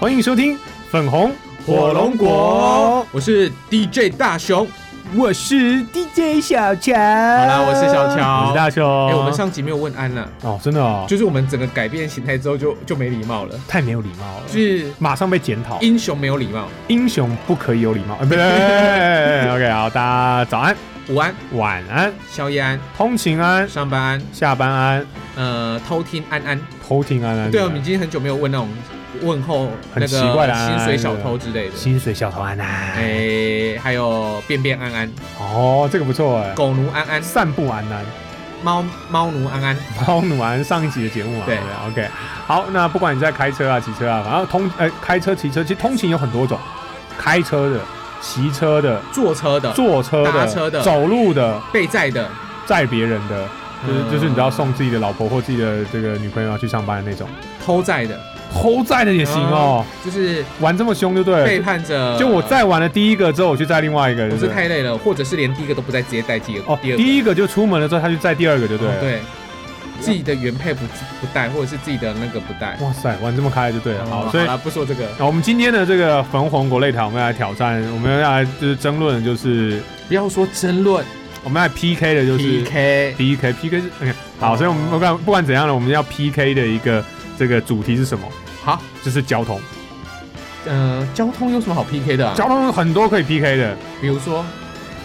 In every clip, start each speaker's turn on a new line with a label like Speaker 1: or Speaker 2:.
Speaker 1: 欢迎收听粉红
Speaker 2: 火龙果，我是 DJ 大熊。
Speaker 3: 我是 DJ 小强。
Speaker 2: 好
Speaker 3: 好
Speaker 2: 啦，我是小。
Speaker 1: 我
Speaker 2: 乔。
Speaker 1: 是大雄。
Speaker 2: 哎、
Speaker 1: 哎
Speaker 2: 我们上集没有问安了，
Speaker 1: 哦，真的哦，就
Speaker 2: 就是我们整个改变形态之后就就没礼貌了，
Speaker 1: 太没有礼貌了，
Speaker 2: 就是
Speaker 1: 马上被检讨。
Speaker 2: 英雄没有礼貌。
Speaker 1: 英雄不可以有礼貌，啊不 对哎，OK，好，大家早安、
Speaker 2: 午安，
Speaker 1: 晚安、
Speaker 2: 宵夜安，
Speaker 1: 通勤安、
Speaker 2: 上班安，
Speaker 1: 下班安、
Speaker 2: 呃，偷听安安。
Speaker 1: 偷听安安。
Speaker 2: 对，啊我们已经很久没有问那种问候
Speaker 1: 很
Speaker 2: 那个
Speaker 1: 奇怪的安安
Speaker 2: 薪水小偷之类的。
Speaker 1: 薪水小偷安
Speaker 2: 哎、
Speaker 1: 安。
Speaker 2: 还有便便安安，
Speaker 1: 哦，这个不错哎。
Speaker 2: 狗奴安安，
Speaker 1: 散步安安，
Speaker 2: 猫猫奴安安，
Speaker 1: 猫奴安安上一集的节目嘛，
Speaker 2: 对
Speaker 1: 不，OK，好，那不管你在开车啊、骑车啊，反正通呃开车、骑车，其实通勤有很多种，开车的、骑车的、
Speaker 2: 坐车的，
Speaker 1: 坐车
Speaker 2: 搭
Speaker 1: 的、
Speaker 2: 车的
Speaker 1: 走路的、
Speaker 2: 被载的，
Speaker 1: 载别人的，就是、
Speaker 2: 嗯
Speaker 1: 就是你知道送自己的老婆或自己的这个女朋友要去上班的那种，
Speaker 2: 偷载的嗯
Speaker 1: 偷载的也行哦，
Speaker 2: 就是
Speaker 1: 玩这么凶就对
Speaker 2: 背
Speaker 1: 了。
Speaker 2: 叛着。
Speaker 1: 就我载完了第一个之后，我去载另外一个，
Speaker 2: 我
Speaker 1: 对不
Speaker 2: 是
Speaker 1: 对
Speaker 2: 太累了，或者是连第一个都不在，直接带第二
Speaker 1: 哦，
Speaker 2: 第二个。
Speaker 1: 第一个就出门了之后，他去载第二个就对了。
Speaker 2: 哦自己的原配不不带，或者是自己的那个不带。哦
Speaker 1: 哇塞，玩这么开就对了。好，所以
Speaker 2: 好。了，不说这个，
Speaker 1: 那我们今天的这个粉红国擂台，我们要来挑战，我们要来就是争论，就是
Speaker 2: 不要说争论
Speaker 1: 我们要来 PK 的，就是
Speaker 2: PK。
Speaker 1: PK PK 是 OK。好，
Speaker 2: 哦
Speaker 1: 所以我们不管不管怎样呢，我们要 PK 的一个这个主题是什么？
Speaker 2: 好，
Speaker 1: 就是交通。
Speaker 2: 哦呃，交通有什么好 PK 的、啊？
Speaker 1: 交通有很多可以 PK 的。
Speaker 2: 比如说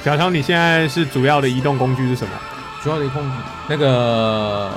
Speaker 1: 小强，你现在是主要的移动工具是什么？
Speaker 2: 主要的控制那个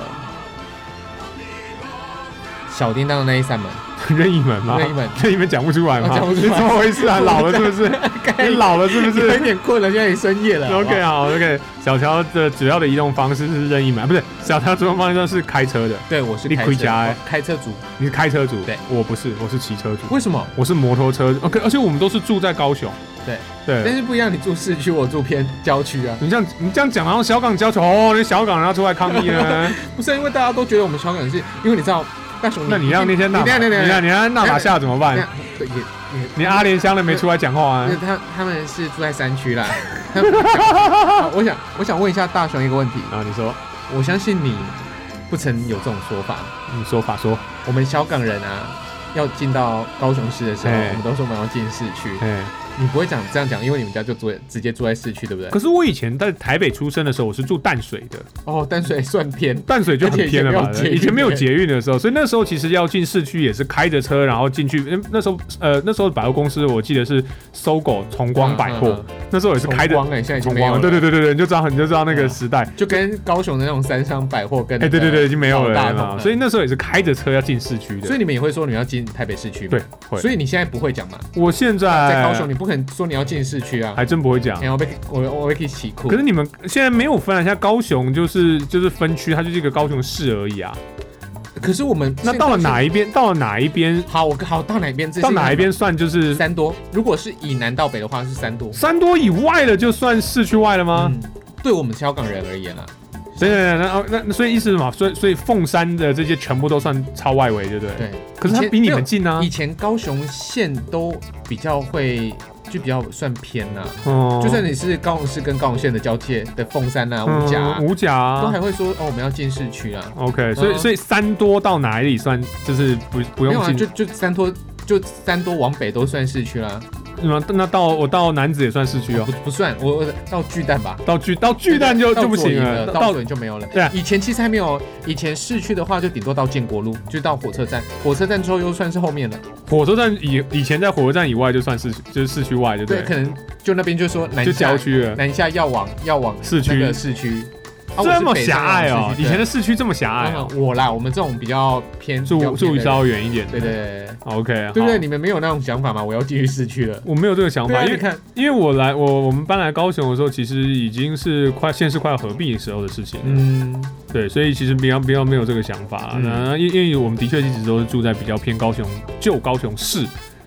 Speaker 2: 小叮当的那一扇门，
Speaker 1: 任意门吗？
Speaker 2: 任意门
Speaker 1: 任意门讲不出来吗？
Speaker 2: 我讲不出来
Speaker 1: 你怎么回事啊？老了是不 是？你老了是不
Speaker 2: 有一
Speaker 1: 是
Speaker 2: 点困了，现在也深夜了。好 不好
Speaker 1: ？OK，好，OK。小乔的主要的移动方式是任意门，不是小乔主要方式是开车的。
Speaker 2: 对，我是
Speaker 1: 你
Speaker 2: 开
Speaker 1: 回
Speaker 2: 车，
Speaker 1: 家欸
Speaker 2: 我开车族。
Speaker 1: 你是开车族，
Speaker 2: 对，
Speaker 1: 我不是，我是骑车族，
Speaker 2: 为什么？
Speaker 1: 我是摩托车。OK，而且我们都是住在高雄。
Speaker 2: 对但
Speaker 1: 对，
Speaker 2: 是不一样，你住市区，我住偏郊区啊。
Speaker 1: 你这样你这样讲，然后小港交球，哦，那小港人要出来抗议 呢。
Speaker 2: 不是因为大家都觉得我们小港是，因为你知道大雄，
Speaker 1: 那你让那些纳
Speaker 2: 你
Speaker 1: 马，
Speaker 2: 等
Speaker 1: 你
Speaker 2: 一下等一下
Speaker 1: 让你让纳马下怎么办
Speaker 2: 那？对也也，
Speaker 1: 你阿联香的没出来讲话啊
Speaker 2: 那？他他们是住在山区啦。他们好我想我想问一下大雄一个问题，
Speaker 1: 啊然后你说，
Speaker 2: 我相信你不曾有这种说法。
Speaker 1: 你嗯说法说，
Speaker 2: 我们小港人啊，要进到高雄市的时候，
Speaker 1: 哎
Speaker 2: 我们都说我们要进市区。
Speaker 1: 哎，
Speaker 2: 你不会讲这样讲，因为你们家就住直接住在市区，对不对？
Speaker 1: 可是我以前在台北出生的时候，我是住淡水的，
Speaker 2: 哦，淡水算 偏。
Speaker 1: 淡水就很偏了嘛
Speaker 2: 而且以前没有捷。运
Speaker 1: 以前没有捷运的时候，所以那时候其实要进市区也是开着车，然后进去。嗯那时候呃，那时候百货公司我记得是搜狗崇光百货
Speaker 2: 嗯，
Speaker 1: 那时候也是
Speaker 2: 崇
Speaker 1: 开着
Speaker 2: 光哎，现在已经没有了。
Speaker 1: 对对对对对，你就知道你就知道那个
Speaker 2: 嗯
Speaker 1: 时代。
Speaker 2: 就跟高雄的那种三商百货跟
Speaker 1: 哎，对对对，已经没有
Speaker 2: 大
Speaker 1: 了
Speaker 2: 同
Speaker 1: 嘛。
Speaker 2: 了
Speaker 1: 所以那时候也是开着车要进市区的。
Speaker 2: 所以你们也会说你们要进台北市区吗？
Speaker 1: 对，会。哎
Speaker 2: 所以你现在不会讲嘛？
Speaker 1: 我现
Speaker 2: 在
Speaker 1: 在
Speaker 2: 高雄你不可能说你要进市区啊，
Speaker 1: 还真不会讲。
Speaker 2: 然后被我我会被起哭
Speaker 1: 哎可。是你们现在没有分啊，现在高雄就是就是分区，它就是一个高雄市而已啊。
Speaker 2: 可是我们
Speaker 1: 那到了哪一边？到了哪一边？
Speaker 2: 好，我好到哪边？这是
Speaker 1: 到哪一边算就是
Speaker 2: 三多？如果是以南到北的话是三多
Speaker 1: 三多以外的，就算市区外了吗？
Speaker 2: 嗯，对我们香港人而言啊，
Speaker 1: 对对对，那哦那那所以意思是什么？所以所以凤山的这些全部都算超外围，对不对？。
Speaker 2: 对。
Speaker 1: 可是它
Speaker 2: 以前
Speaker 1: 比你们近啊
Speaker 2: 没有以。前高雄县都比较会，就比较算偏呐、
Speaker 1: 哦
Speaker 2: 就算你是高雄市跟高雄县的交界的凤山啊、
Speaker 1: 嗯
Speaker 2: 五甲啊、
Speaker 1: 五甲
Speaker 2: 都
Speaker 1: 啊
Speaker 2: 还会说哦，我们要进市区啊。
Speaker 1: ，OK。所以所以三多到哪里算就是不不
Speaker 2: 没
Speaker 1: 用
Speaker 2: 有啊，
Speaker 1: 进
Speaker 2: 就？就三多就三多往北都算市区啦，
Speaker 1: 那那到我到南子也算市区哦
Speaker 2: 不。不算，我我到巨蛋吧。
Speaker 1: 到巨到巨蛋就
Speaker 2: 到
Speaker 1: 就不行
Speaker 2: 左营
Speaker 1: 了，
Speaker 2: 了，到左营就没有了。
Speaker 1: 对啊
Speaker 2: 以前其实还没有，以前市区的话就顶多到建国路，就到火车站，火车站之后又算是后面了。
Speaker 1: 火车站以以前在火车站以外就算市就是市区外，对不
Speaker 2: 对，
Speaker 1: 对？
Speaker 2: 可能就那边就说南
Speaker 1: 就
Speaker 2: 下
Speaker 1: 郊，区了，
Speaker 2: 南下要往要往
Speaker 1: 市区
Speaker 2: 那个市区。啊
Speaker 1: 这么狭隘哦、以前。
Speaker 2: 我是北上
Speaker 1: 的
Speaker 2: 往市区对
Speaker 1: 市区这么狭隘、哦，
Speaker 2: 嗯我啦，我们这种比较偏比较
Speaker 1: 住
Speaker 2: 偏
Speaker 1: 住
Speaker 2: 的人
Speaker 1: 稍微远一点。
Speaker 2: 对对对
Speaker 1: ，OK，
Speaker 2: 对对不对？
Speaker 1: 好
Speaker 2: 你们没有那种想法吗？我要进入市区了。
Speaker 1: 我没有这个想
Speaker 2: 对
Speaker 1: 法，
Speaker 2: 啊，
Speaker 1: 因
Speaker 2: 你
Speaker 1: 为
Speaker 2: 看，
Speaker 1: 因为我来我我们搬来高雄的时候，其实已经是快县市快要合并的时候的事情了。
Speaker 2: 嗯，
Speaker 1: 对，所以其实比较比较没有这个想法啦。
Speaker 2: 嗯
Speaker 1: 那因因为我们的确一直都是住在比较偏高雄旧高雄市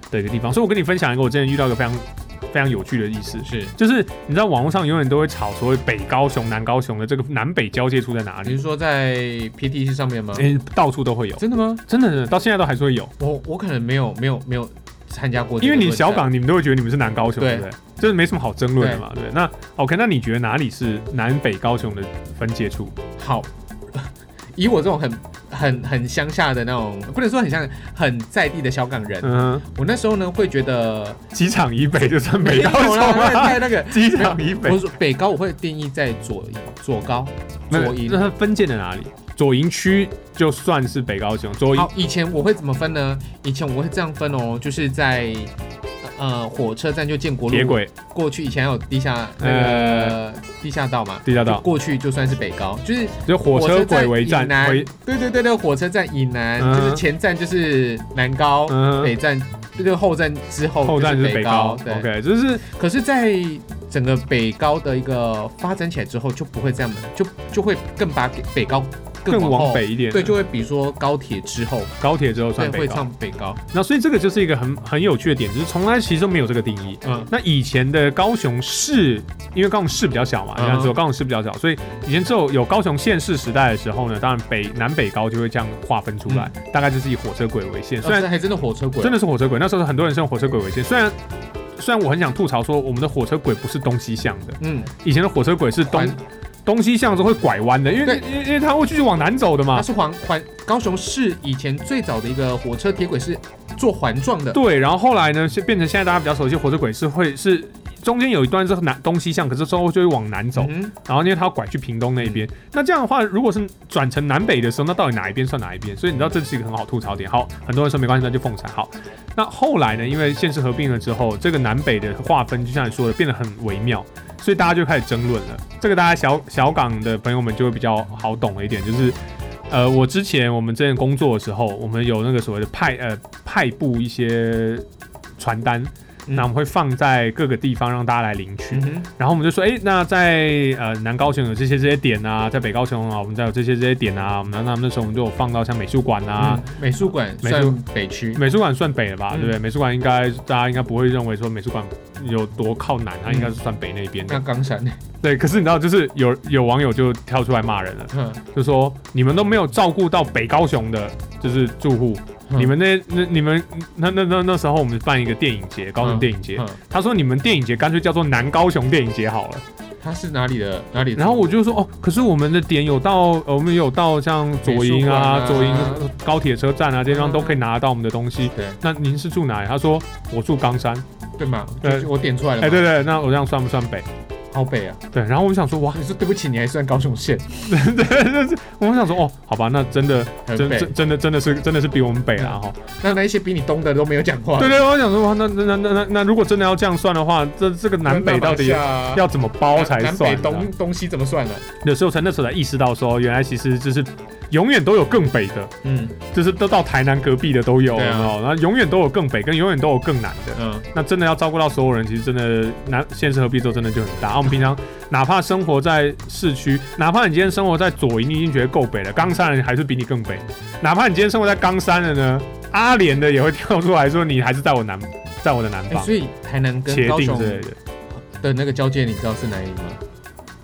Speaker 1: 的一个地方，所以我跟你分享一个我之前遇到一个非常非常有趣的意思，
Speaker 2: 是，
Speaker 1: 就是你知道网络上永远都会吵所谓北高雄、南高雄的这个南北交界处在哪
Speaker 2: 啊你
Speaker 1: 里，
Speaker 2: 是说在 PTC 上面吗？
Speaker 1: 诶、到处都会有，
Speaker 2: 真的吗？
Speaker 1: 真的真的到现在都还是会有，
Speaker 2: 我我可能没有没有没有参加过这
Speaker 1: 因
Speaker 2: 个
Speaker 1: 为
Speaker 2: 论战，
Speaker 1: 你小港你们都会觉得你们是南高雄，对
Speaker 2: 对
Speaker 1: 不对？就是没什么好争论的嘛，对。那 OK，那你觉得哪里是南北高雄的分界处？
Speaker 2: 好，以我这种很很很乡下的那种，不能说很乡下，很在地的小港人。
Speaker 1: 嗯，
Speaker 2: 我那时候呢会觉得
Speaker 1: 机场以北就算北高
Speaker 2: 有
Speaker 1: 雄
Speaker 2: 啦，那
Speaker 1: 啊
Speaker 2: 在，那个
Speaker 1: 机场以北
Speaker 2: 我，说北高我会定义在左营左高
Speaker 1: 没有
Speaker 2: 左营
Speaker 1: 那。它分界在哪里？左营区就算是北高雄，左营
Speaker 2: 好，以前我会怎么分呢？以前我会这样分哦，就是在呃火车站就建国路
Speaker 1: 铁轨、呃
Speaker 2: 过去，以前还有地下那个地下道嘛，
Speaker 1: 地下
Speaker 2: 就
Speaker 1: 道，
Speaker 2: 过去就算是北高，就是
Speaker 1: 就火车轨
Speaker 2: 站
Speaker 1: 为站
Speaker 2: 以南
Speaker 1: 为，
Speaker 2: 对对对对，火车站以南、
Speaker 1: 嗯
Speaker 2: 就是前站就是南高，
Speaker 1: 嗯
Speaker 2: 北站就是后站之后
Speaker 1: 后站
Speaker 2: 就是
Speaker 1: 北
Speaker 2: 高
Speaker 1: 高。
Speaker 2: 对
Speaker 1: ，OK，就是
Speaker 2: 可是，在整个北高的一个发展起来之后，就不会这样了，就就会更把北高
Speaker 1: 更
Speaker 2: 往
Speaker 1: 往
Speaker 2: 后
Speaker 1: 北一点，
Speaker 2: 对，就会比如说高铁之后，
Speaker 1: 高铁之后
Speaker 2: 对，
Speaker 1: 算
Speaker 2: 会
Speaker 1: 北高。
Speaker 2: 唱北高，
Speaker 1: 那所以这个就是一个很很有趣的点，就是从来其实都没有这个定义。
Speaker 2: 嗯，
Speaker 1: 那以前的高雄市，因为高雄市比较小嘛，
Speaker 2: 嗯
Speaker 1: 你看只有高雄市比较小，所以以前只有有高雄县市时代的时候呢，当然北南北高就会这样划分出来，
Speaker 2: 嗯
Speaker 1: 大概就是以火车轨为线。虽
Speaker 2: 虽
Speaker 1: 然
Speaker 2: 然哦还真的火车轨，
Speaker 1: 真的是火车轨，那时候很多人是用火车轨为线，虽然。虽然我很想吐槽说，我们的火车轨不是东西向的，
Speaker 2: 嗯，
Speaker 1: 以前的火车轨是东
Speaker 2: 环
Speaker 1: 东西向是会拐弯的，因为
Speaker 2: 对
Speaker 1: 因为因为它会继续往南走的嘛
Speaker 2: 它。是环环高雄市以前最早的一个火车铁轨是做环状的，
Speaker 1: 对，然后后来呢，是变成现在大家比较熟悉的火车轨是会是中间有一段是南东西向，可是之后就会往南走，
Speaker 2: 嗯
Speaker 1: 然后因为它要拐去屏东那一边。那这样的话，如果是转成南北的时候，那到底哪一边算哪一边？所以你知道这是一个很好吐槽点。好，很多人说没关系，那就奉茶。好，那后来呢，因为县市合并了之后，这个南北的划分就像你说的变得很微妙，所以大家就开始争论了。这个大家小小港的朋友们就会比较好懂了一点，就是。呃，我之前我们之前工作的时候，我们有那个所谓的派呃派布一些传单，
Speaker 2: 嗯
Speaker 1: 那我们会放在各个地方让大家来领取。
Speaker 2: 嗯哼，
Speaker 1: 然后我们就说，哎，那在呃南高雄有这些这些点啊，在北高雄啊，我们再有这些这些点啊，我们那那那时候我们就有放到像美术馆啊，
Speaker 2: 嗯美术馆
Speaker 1: 美术
Speaker 2: 算北区，
Speaker 1: 美术馆算北了吧，
Speaker 2: 嗯
Speaker 1: 对不对？美术馆应该大家应该不会认为说美术馆有多靠南，它
Speaker 2: 嗯
Speaker 1: 应该是算北那边的。
Speaker 2: 那冈山，
Speaker 1: 对，可是你知道，就是有有网友就跳出来骂人了，
Speaker 2: 嗯，
Speaker 1: 就说你们都没有照顾到北高雄的，就是住户，
Speaker 2: 嗯
Speaker 1: 你们那那你们那那那那时候我们办一个电影节，高雄电影节，
Speaker 2: 嗯，
Speaker 1: 他说你们电影节干脆叫做南高雄电影节好了。
Speaker 2: 它是哪里的哪里的？
Speaker 1: 然后我就说哦，可是我们的点有到，呃我们有到像左营啊、
Speaker 2: 美术馆啊
Speaker 1: 左营高铁车站啊这些地方都可以拿得到我们的东西。
Speaker 2: 对
Speaker 1: 那您是住哪里？他说我住冈山。
Speaker 2: 对嘛，
Speaker 1: 对
Speaker 2: 就是我点出来了，
Speaker 1: 哎，对，对，那我这样算不算北？
Speaker 2: 好北啊，
Speaker 1: 对，然后我就想说哇，
Speaker 2: 你说对不起，你还算高雄县，
Speaker 1: 对，这是我想说哦，好吧，那真的
Speaker 2: 很
Speaker 1: 真
Speaker 2: 北嗯
Speaker 1: 真真的真的是真的是比我们北啦哈。
Speaker 2: 那那一些比你东的都没有讲话，
Speaker 1: 对对，我想说哇那那那那那那如果真的要这样算的话，这这个南北到底
Speaker 2: 那马来西亚啊
Speaker 1: 要怎么包才
Speaker 2: 南
Speaker 1: 算
Speaker 2: 北
Speaker 1: 呢？
Speaker 2: 东东西怎么算呢？啊
Speaker 1: 有时候才那时候才意识到说，原来其实就是永远都有更北的。
Speaker 2: 嗯
Speaker 1: 就是都到台南隔壁的都有，
Speaker 2: 对啊
Speaker 1: 有没有然后永远都有更北，跟永远都有更南的。
Speaker 2: 嗯，
Speaker 1: 那真的要照顾到所有人，其实真的南县市合璧之后真的就很大。然后啊我们平常哪怕生活在市区，哪怕你今天生活在左营，你已经觉得够北了，冈山人还是比你更北。哪怕你今天生活在冈山的呢，阿莲的也会跳出来说你还是在我南，在我的南
Speaker 2: 哎
Speaker 1: 方，
Speaker 2: 所以台南跟
Speaker 1: 茄
Speaker 2: 高
Speaker 1: 定
Speaker 2: 雄
Speaker 1: 之类的，
Speaker 2: 的那个交界，你知道是哪里吗？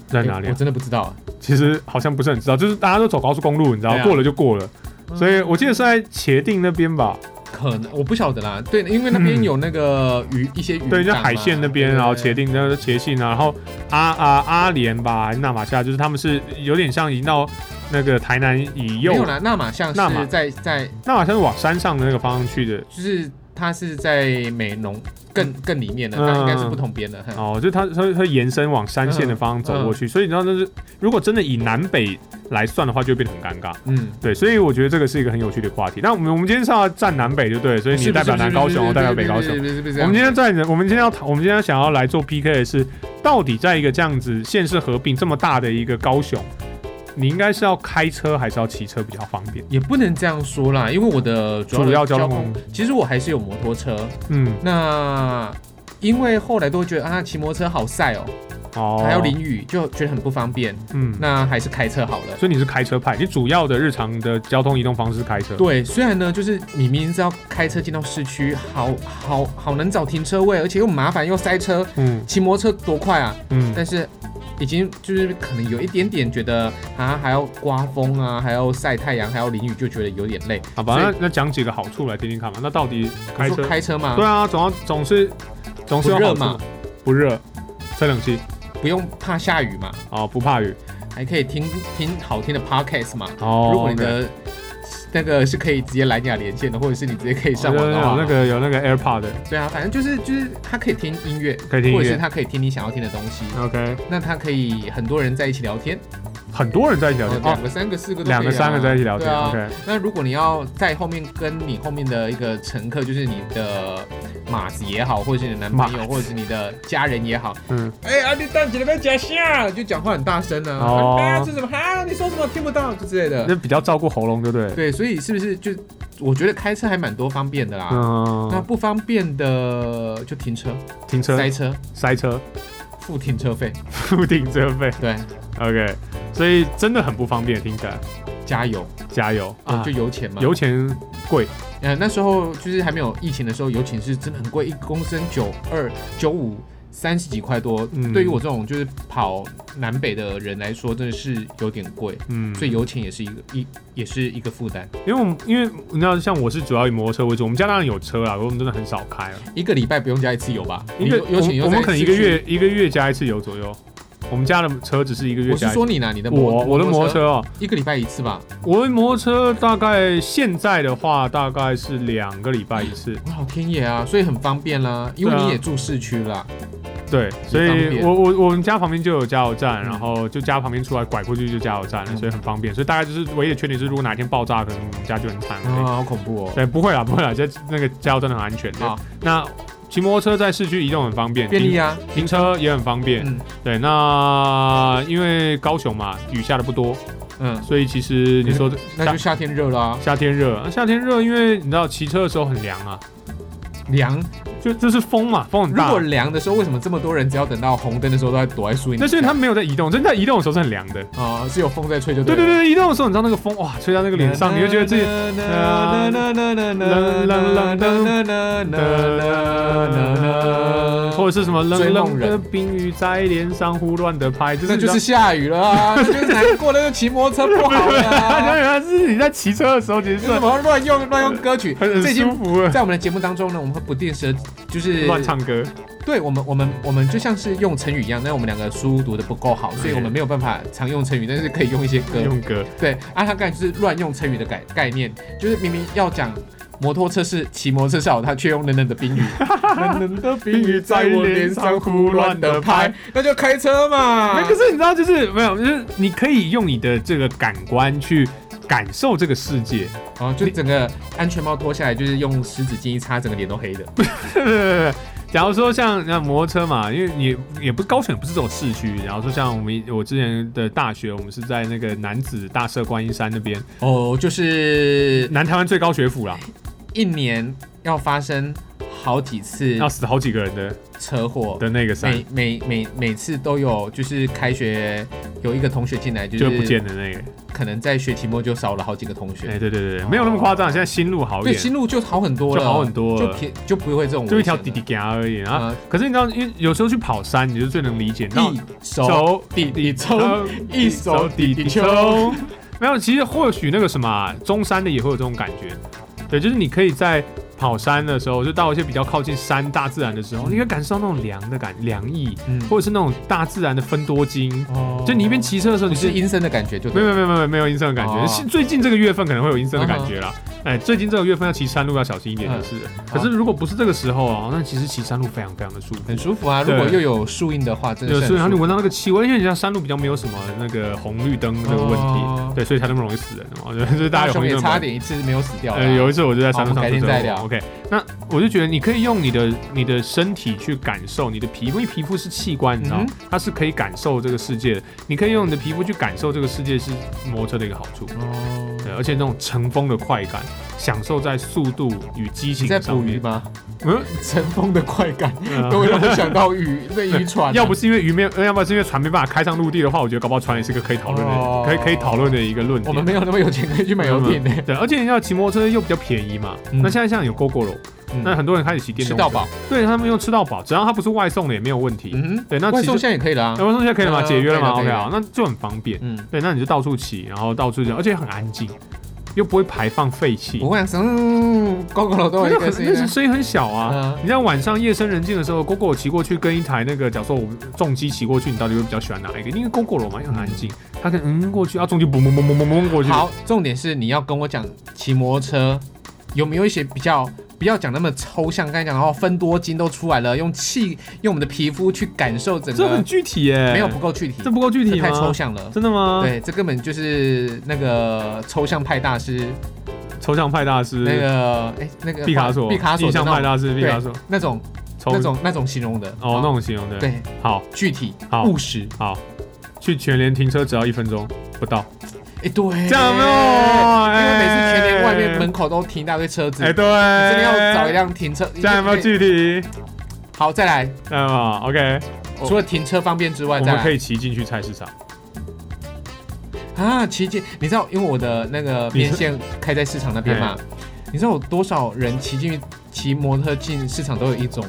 Speaker 1: 在哪里
Speaker 2: 哎
Speaker 1: 啊
Speaker 2: 我？真的不知道啊。
Speaker 1: 其实好像不是很知道，就是大家都走高速公路，你知道
Speaker 2: 对啊
Speaker 1: 过了就过了。所以我记得是在茄定那边吧，
Speaker 2: 可能我不晓得啦，对，因为那边有那个鱼、一些鱼，
Speaker 1: 嗯对，就海线那边，然后茄
Speaker 2: 前，
Speaker 1: 定，然后茄信啊，然后阿啊阿联吧，还是纳马夏，就是他们是有点像移到那个台南以右
Speaker 2: 没，有啦，纳马像
Speaker 1: 纳马
Speaker 2: 是在在
Speaker 1: 纳马夏是往山上的那个方向去的。
Speaker 2: 就是它是在美浓更更里面的，
Speaker 1: 嗯
Speaker 2: 它应该是不同边的。哼
Speaker 1: 哦，就它它它延伸往山线的
Speaker 2: 嗯
Speaker 1: 方向走过去，所以你知道，就是如果真的以南北来算的话，就会变得很尴尬。
Speaker 2: 嗯，
Speaker 1: 对，所以我觉得这个是一个很有趣的话题。那我们我们今天是要站南北，就对了，所以你代表南高雄，我代表北高雄。
Speaker 2: 不是不是，
Speaker 1: 我们今天在，我们今天要，我们今天想要来做 PK 的是，到底在一个这样子县市合并这么大的一个高雄，你应该是要开车还是要骑车比较方便？
Speaker 2: 也不能这样说啦，因为我的主
Speaker 1: 主要
Speaker 2: 要的
Speaker 1: 交通
Speaker 2: 通，其实我还是有摩托车，
Speaker 1: 嗯，
Speaker 2: 那。因为后来都会觉得啊，骑摩托车好晒哦，
Speaker 1: 哦，
Speaker 2: 还要淋雨，就觉得很不方便。
Speaker 1: 嗯，
Speaker 2: 那还是开车好了。
Speaker 1: 所以你是开车派，你主要的日常的交通移动方式是开车。
Speaker 2: 对，虽然呢，就是你明明知道开车进到市区，好好好难找停车位，而且又麻烦又塞车，
Speaker 1: 嗯
Speaker 2: 骑摩托车多快啊！
Speaker 1: 嗯，
Speaker 2: 但是已经就是可能有一点点觉得啊，还要刮风啊，还要晒太阳，还要淋雨，就觉得有点累。
Speaker 1: 好吧，
Speaker 2: 所
Speaker 1: 那
Speaker 2: 以
Speaker 1: 那讲几个好处来听听看嘛。那到底开
Speaker 2: 你
Speaker 1: 车
Speaker 2: 说？开车嘛，
Speaker 1: 对啊，总要总是总是有
Speaker 2: 不热
Speaker 1: 好处
Speaker 2: 嘛，
Speaker 1: 不热，吹冷气
Speaker 2: 不用怕下雨嘛，
Speaker 1: 哦，不怕雨
Speaker 2: 还可以听听好听的 podcast 嘛。
Speaker 1: 哦。
Speaker 2: 如果你
Speaker 1: OK
Speaker 2: 的那个是可以直接蓝牙连线的，或者是你直接可以上
Speaker 1: 有
Speaker 2: 网的
Speaker 1: 哦
Speaker 2: 话，
Speaker 1: 有那个有那个 AirPod 的
Speaker 2: 对啊，反正就是就是它可以听音乐，
Speaker 1: 可以听音乐
Speaker 2: 或者是它可以听你想要听的东西。
Speaker 1: ，OK，
Speaker 2: 那它可以很多人在一起聊天，
Speaker 1: 很多人在一起聊
Speaker 2: 哦
Speaker 1: 天
Speaker 2: 两
Speaker 1: 哦，
Speaker 2: 个、三个、四个都可以啊、
Speaker 1: 两个三个在一起聊天
Speaker 2: 对啊
Speaker 1: ，OK，
Speaker 2: 那如果你要在后面跟你后面的一个乘客，就是你的马子也好，或者是你的男朋
Speaker 1: 马
Speaker 2: 友，
Speaker 1: 子
Speaker 2: 或者是你的家人也好，
Speaker 1: 嗯，
Speaker 2: 哎、阿弟蛋姐那边假象，啊就讲话很大声呢、
Speaker 1: 哦
Speaker 2: 啊，哎呀、这怎么哈？你说什么听不到就之类的。
Speaker 1: 就比较照顾喉咙，对不对？
Speaker 2: 对，所以是不是就我觉得开车还蛮多方便的啦。啊那
Speaker 1: 嗯，
Speaker 2: 不方便的就停车、
Speaker 1: 停车
Speaker 2: 塞车、
Speaker 1: 塞车，
Speaker 2: 付停车费。
Speaker 1: 付停车费
Speaker 2: 对，
Speaker 1: ，OK，所以真的很不方便，听起来，
Speaker 2: 加油
Speaker 1: 加油啊
Speaker 2: 就！油钱嘛。
Speaker 1: 油钱贵，
Speaker 2: 呃，那时候就是还没有疫情的时候，油钱是真的很贵，一公升九二九五三十几块多。
Speaker 1: 嗯
Speaker 2: 对于我这种就是跑南北的人来说，真的是有点贵，
Speaker 1: 嗯，
Speaker 2: 所以油钱也是一个一也是一个负担。
Speaker 1: 因为我们因为你知道，像我是主要以摩托车为主，我们家当然有车啦，可我们真的很少开了。
Speaker 2: 一个礼拜不用加一次油吧？
Speaker 1: 一个
Speaker 2: 你油钱又
Speaker 1: 我我们
Speaker 2: 再
Speaker 1: 可能一
Speaker 2: 次
Speaker 1: 个
Speaker 2: 去。
Speaker 1: 月一个月加一次油左右。我们家的车只是一个月
Speaker 2: 我是
Speaker 1: 加一次。
Speaker 2: 说你呢，你的摩
Speaker 1: 我我的摩托车哦，
Speaker 2: 一个礼拜一次吧。
Speaker 1: 我的摩托车大概现在的话大概是两个礼拜一次，
Speaker 2: 哇，好天野啊，所以很方便啦，因为
Speaker 1: 对啊
Speaker 2: 你也住市区啦。
Speaker 1: 对，所
Speaker 2: 方
Speaker 1: 以
Speaker 2: 便
Speaker 1: 我我我们家旁边就有加油站，
Speaker 2: 嗯
Speaker 1: 然后就家旁边出来拐过去就加油站了，
Speaker 2: 嗯
Speaker 1: 所以很方便。所以大概就是唯一的缺点是，如果哪天爆炸，可能我们家就很惨了。
Speaker 2: 啊，好恐怖哦！
Speaker 1: 对，不会啦，不会啦，这那个加油站很安全的
Speaker 2: 好。
Speaker 1: 那骑摩托车在市区移动很方便，
Speaker 2: 便利啊，
Speaker 1: 停车也很方便。
Speaker 2: 嗯
Speaker 1: 对，那因为高雄嘛，雨下的不多，
Speaker 2: 嗯，
Speaker 1: 所以其实你说
Speaker 2: 那
Speaker 1: 夏
Speaker 2: 就夏天热啦，
Speaker 1: 夏天热，啊夏天热，因为你知道骑车的时候很凉啊，
Speaker 2: 凉。
Speaker 1: 就就是风嘛，风很
Speaker 2: 如
Speaker 1: 大
Speaker 2: 果。凉的时候，为什么这么多人只要等到红灯的时候都在躲在树荫底下？
Speaker 1: 那是因为它没有在移动，真的在移动的时候是很凉的。
Speaker 2: 啊、是有风在吹就
Speaker 1: 对
Speaker 2: 对
Speaker 1: 对
Speaker 2: 了，
Speaker 1: 对，移动的时候你知道那个风哇，吹到那个脸上，你会觉得自己
Speaker 2: 啦啦啦啦啦
Speaker 1: 冷冷冷
Speaker 2: 啦啦啦
Speaker 1: 或者是什么冷
Speaker 2: 追
Speaker 1: 冷
Speaker 2: 梦
Speaker 1: 的
Speaker 2: 人
Speaker 1: 冰雨在脸上胡乱的拍，就是
Speaker 2: 那
Speaker 1: 你知
Speaker 2: 就
Speaker 1: 道
Speaker 2: 是下雨了 啊，那就是难过，那就骑摩托车不好了、
Speaker 1: 大家
Speaker 2: 啊。
Speaker 1: 原来是你在骑车的时候，其实
Speaker 2: 你
Speaker 1: 是
Speaker 2: 怎
Speaker 1: 很
Speaker 2: 么乱用乱用歌曲？
Speaker 1: 很
Speaker 2: 这
Speaker 1: 舒
Speaker 2: 已经
Speaker 1: 服的，
Speaker 2: 在我们的节目当中呢，我们会不定时地就是
Speaker 1: 乱唱歌。
Speaker 2: 对我们，我们，我们就像是用成语一样，但我们两个书读的不够好，所以我们没有办法常用成语，但是可以用一些歌。
Speaker 1: 用歌，
Speaker 2: 对，啊，他刚才就是乱用成语的概概念，就是明明要讲摩托车是骑摩托车是好，他却用冷冷的冰雨，冷冷的冰雨 在我脸上胡乱的拍，那就开车嘛
Speaker 1: 那。可是你知道，就是没有，就是你可以用你的这个感官去感受这个世界。
Speaker 2: 哦，就整个安全帽脱下来，就是用湿纸巾一擦，整个脸都黑的。
Speaker 1: 假如说像那摩托车嘛，因为你也不高雄也不是这种市区。然后说像我们我之前的大学，我们是在那个南子大社观音山那边，
Speaker 2: 哦，就是
Speaker 1: 南台湾最高学府啦，
Speaker 2: 一年要发生好几次
Speaker 1: 要死好几个人的
Speaker 2: 车祸。
Speaker 1: 的那个山，
Speaker 2: 每每每每次都有，就是开学有一个同学进来，就
Speaker 1: 就不
Speaker 2: 是
Speaker 1: 见的那个。
Speaker 2: 可能在学期末就少了好几个同
Speaker 1: 哎、
Speaker 2: 学。
Speaker 1: 对对对对，没有那么夸张。现在新路好一
Speaker 2: 对，
Speaker 1: 点
Speaker 2: 新，路就好很多了，
Speaker 1: 就好很多了
Speaker 2: 就便就不会这种
Speaker 1: 就一条滴
Speaker 2: 滴
Speaker 1: 滴
Speaker 2: 滴
Speaker 1: 嘎而已啊。
Speaker 2: 啊，
Speaker 1: 可是你知道，因为有时候去跑山，你就最能理解。那
Speaker 2: 一手
Speaker 1: 滴
Speaker 2: 滴冲，一手滴滴
Speaker 1: 球
Speaker 2: 冲。
Speaker 1: 没有，其实或许那个什么啊、中山的也会有这种感觉，对，就是你可以在跑山的时候，就到一些比较靠近山、大自然的时候，你可以感受到那种凉的感、凉意，
Speaker 2: 嗯
Speaker 1: 或者是那种大自然的分多精。
Speaker 2: 哦
Speaker 1: 就你一边骑车的时候，你
Speaker 2: 你
Speaker 1: 是
Speaker 2: 是阴森的感觉，就
Speaker 1: 没
Speaker 2: 对
Speaker 1: 有没有没有没有阴森的感觉，
Speaker 2: 哦
Speaker 1: 是最近这个月份可能会有阴森的感觉啦。哎，最近这个月份要骑山路要小心一点
Speaker 2: 嗯
Speaker 1: 就是了。可是如果不是这个时候啊，那其实骑山路非常非常的舒服
Speaker 2: 很。舒服啊。
Speaker 1: 对
Speaker 2: 如果又有树荫的话，真的
Speaker 1: 对，
Speaker 2: 是
Speaker 1: 所以然后
Speaker 2: 很
Speaker 1: 你
Speaker 2: 舒服
Speaker 1: 闻到那个气味，因为人家山路比较没有什么那个红绿灯这个问题，
Speaker 2: 哦
Speaker 1: 对，所以才那么容易死人嘛。 就是大家
Speaker 2: 大
Speaker 1: 有红
Speaker 2: 雄
Speaker 1: 绿
Speaker 2: 也
Speaker 1: 灯
Speaker 2: 差
Speaker 1: 嘛。
Speaker 2: 点一次没有死掉啊。
Speaker 1: 呃，有一次我就在山路上
Speaker 2: 好我们改
Speaker 1: 出
Speaker 2: 天
Speaker 1: 车
Speaker 2: 再
Speaker 1: 祸
Speaker 2: 聊。
Speaker 1: OK，那我就觉得你可以用你的你的身体去感受你的皮肤，因为皮肤是器官，你知道，
Speaker 2: 嗯
Speaker 1: 它是可以感受这个世界的。你可以用你的皮肤去感受这个世界，是摩托车的一个好处。
Speaker 2: 哦
Speaker 1: 对，而且那种乘风的快感，享受在速度与激
Speaker 2: 你
Speaker 1: 情
Speaker 2: 在
Speaker 1: 上
Speaker 2: 捕鱼
Speaker 1: 面。
Speaker 2: 吗？
Speaker 1: 嗯，
Speaker 2: 乘风的快感
Speaker 1: 嗯
Speaker 2: 都会让我想到鱼，那渔船啊。
Speaker 1: 要不是因为鱼没有，呃要不是因为船没办法开上陆地的话，我觉得搞不好船也是个可以讨论的、
Speaker 2: 哦
Speaker 1: 可以可以讨论的一个论
Speaker 2: 我
Speaker 1: 点。
Speaker 2: 们没有那么有钱可以去买游艇呢。
Speaker 1: 对，而且你要骑摩托车又比较便宜嘛。
Speaker 2: 嗯
Speaker 1: 那现在像有 GoGo 了，
Speaker 2: 嗯
Speaker 1: 那很多人开始骑电
Speaker 2: 吃
Speaker 1: 动
Speaker 2: 到
Speaker 1: 车
Speaker 2: 饱，
Speaker 1: 对他们用吃到饱，只要它不是外送的也没有问题。
Speaker 2: 嗯哼，
Speaker 1: 对，那其
Speaker 2: 外
Speaker 1: 实
Speaker 2: 送现在也可以了啊
Speaker 1: 那。外送现在可以了吗？
Speaker 2: 呃
Speaker 1: 解约了吗
Speaker 2: 可以
Speaker 1: ？OK 啊
Speaker 2: 了
Speaker 1: 啊，那就很方便。
Speaker 2: 嗯，
Speaker 1: 对，那你就到处骑，然后到处这样，而且很安静。又不会排放废气
Speaker 2: 不，会啊，嗯，狗狗都有一
Speaker 1: 那
Speaker 2: 个
Speaker 1: 很
Speaker 2: 声音
Speaker 1: 那是，
Speaker 2: 啊
Speaker 1: 声音很小啊。
Speaker 2: 嗯
Speaker 1: 你像晚上夜深人静的时候，GoGo 骑过去跟一台那个，假如说我们重机骑过去，你到底会比较喜欢哪一个？因为 GoGo 嘛又很安静，它可能嗯过去，啊中间嘣嘣嘣嘣嘣嘣过去。
Speaker 2: 好，重点是你要跟我讲骑摩托车有没有一些比较不要讲那么抽象，刚才讲到分多精都出来了，用气用我们的皮肤去感受整
Speaker 1: 这
Speaker 2: 个
Speaker 1: 很，具体耶，
Speaker 2: 没有不够具体，
Speaker 1: 这不够具
Speaker 2: 这
Speaker 1: 体吗？
Speaker 2: 太抽，象了。
Speaker 1: 真的吗？，
Speaker 2: 对，这根本就是那个抽象派大师，
Speaker 1: 抽象派大师，
Speaker 2: 那个哎、那个
Speaker 1: 毕卡索，
Speaker 2: 毕卡
Speaker 1: 印
Speaker 2: 索的
Speaker 1: 象派
Speaker 2: 那种
Speaker 1: 大师，毕
Speaker 2: 对
Speaker 1: 卡索，
Speaker 2: 那种
Speaker 1: 抽
Speaker 2: 那种那种形容的
Speaker 1: 哦那种形容的，，
Speaker 2: 对
Speaker 1: 好
Speaker 2: 具体
Speaker 1: 好
Speaker 2: 务实
Speaker 1: 好，去全联停车只要一分钟不到，
Speaker 2: 哎、对，
Speaker 1: 这样有没有
Speaker 2: 因为每次全年外面
Speaker 1: 哎
Speaker 2: 门口都停一大堆车子，
Speaker 1: 哎，对，
Speaker 2: 你
Speaker 1: 真
Speaker 2: 真的要找一辆停车，哎
Speaker 1: 这样有没有具体？
Speaker 2: 好，再来，
Speaker 1: 这样吗？OK，
Speaker 2: 除了停车方便之外，
Speaker 1: 哦我
Speaker 2: 再
Speaker 1: 们可
Speaker 2: 来
Speaker 1: 以骑进去菜市场。
Speaker 2: 啊，骑进，你知道，因为我的那个面线开在市场那边嘛，
Speaker 1: 哎
Speaker 2: 你知道有多少人骑进骑摩托进市场都有一种，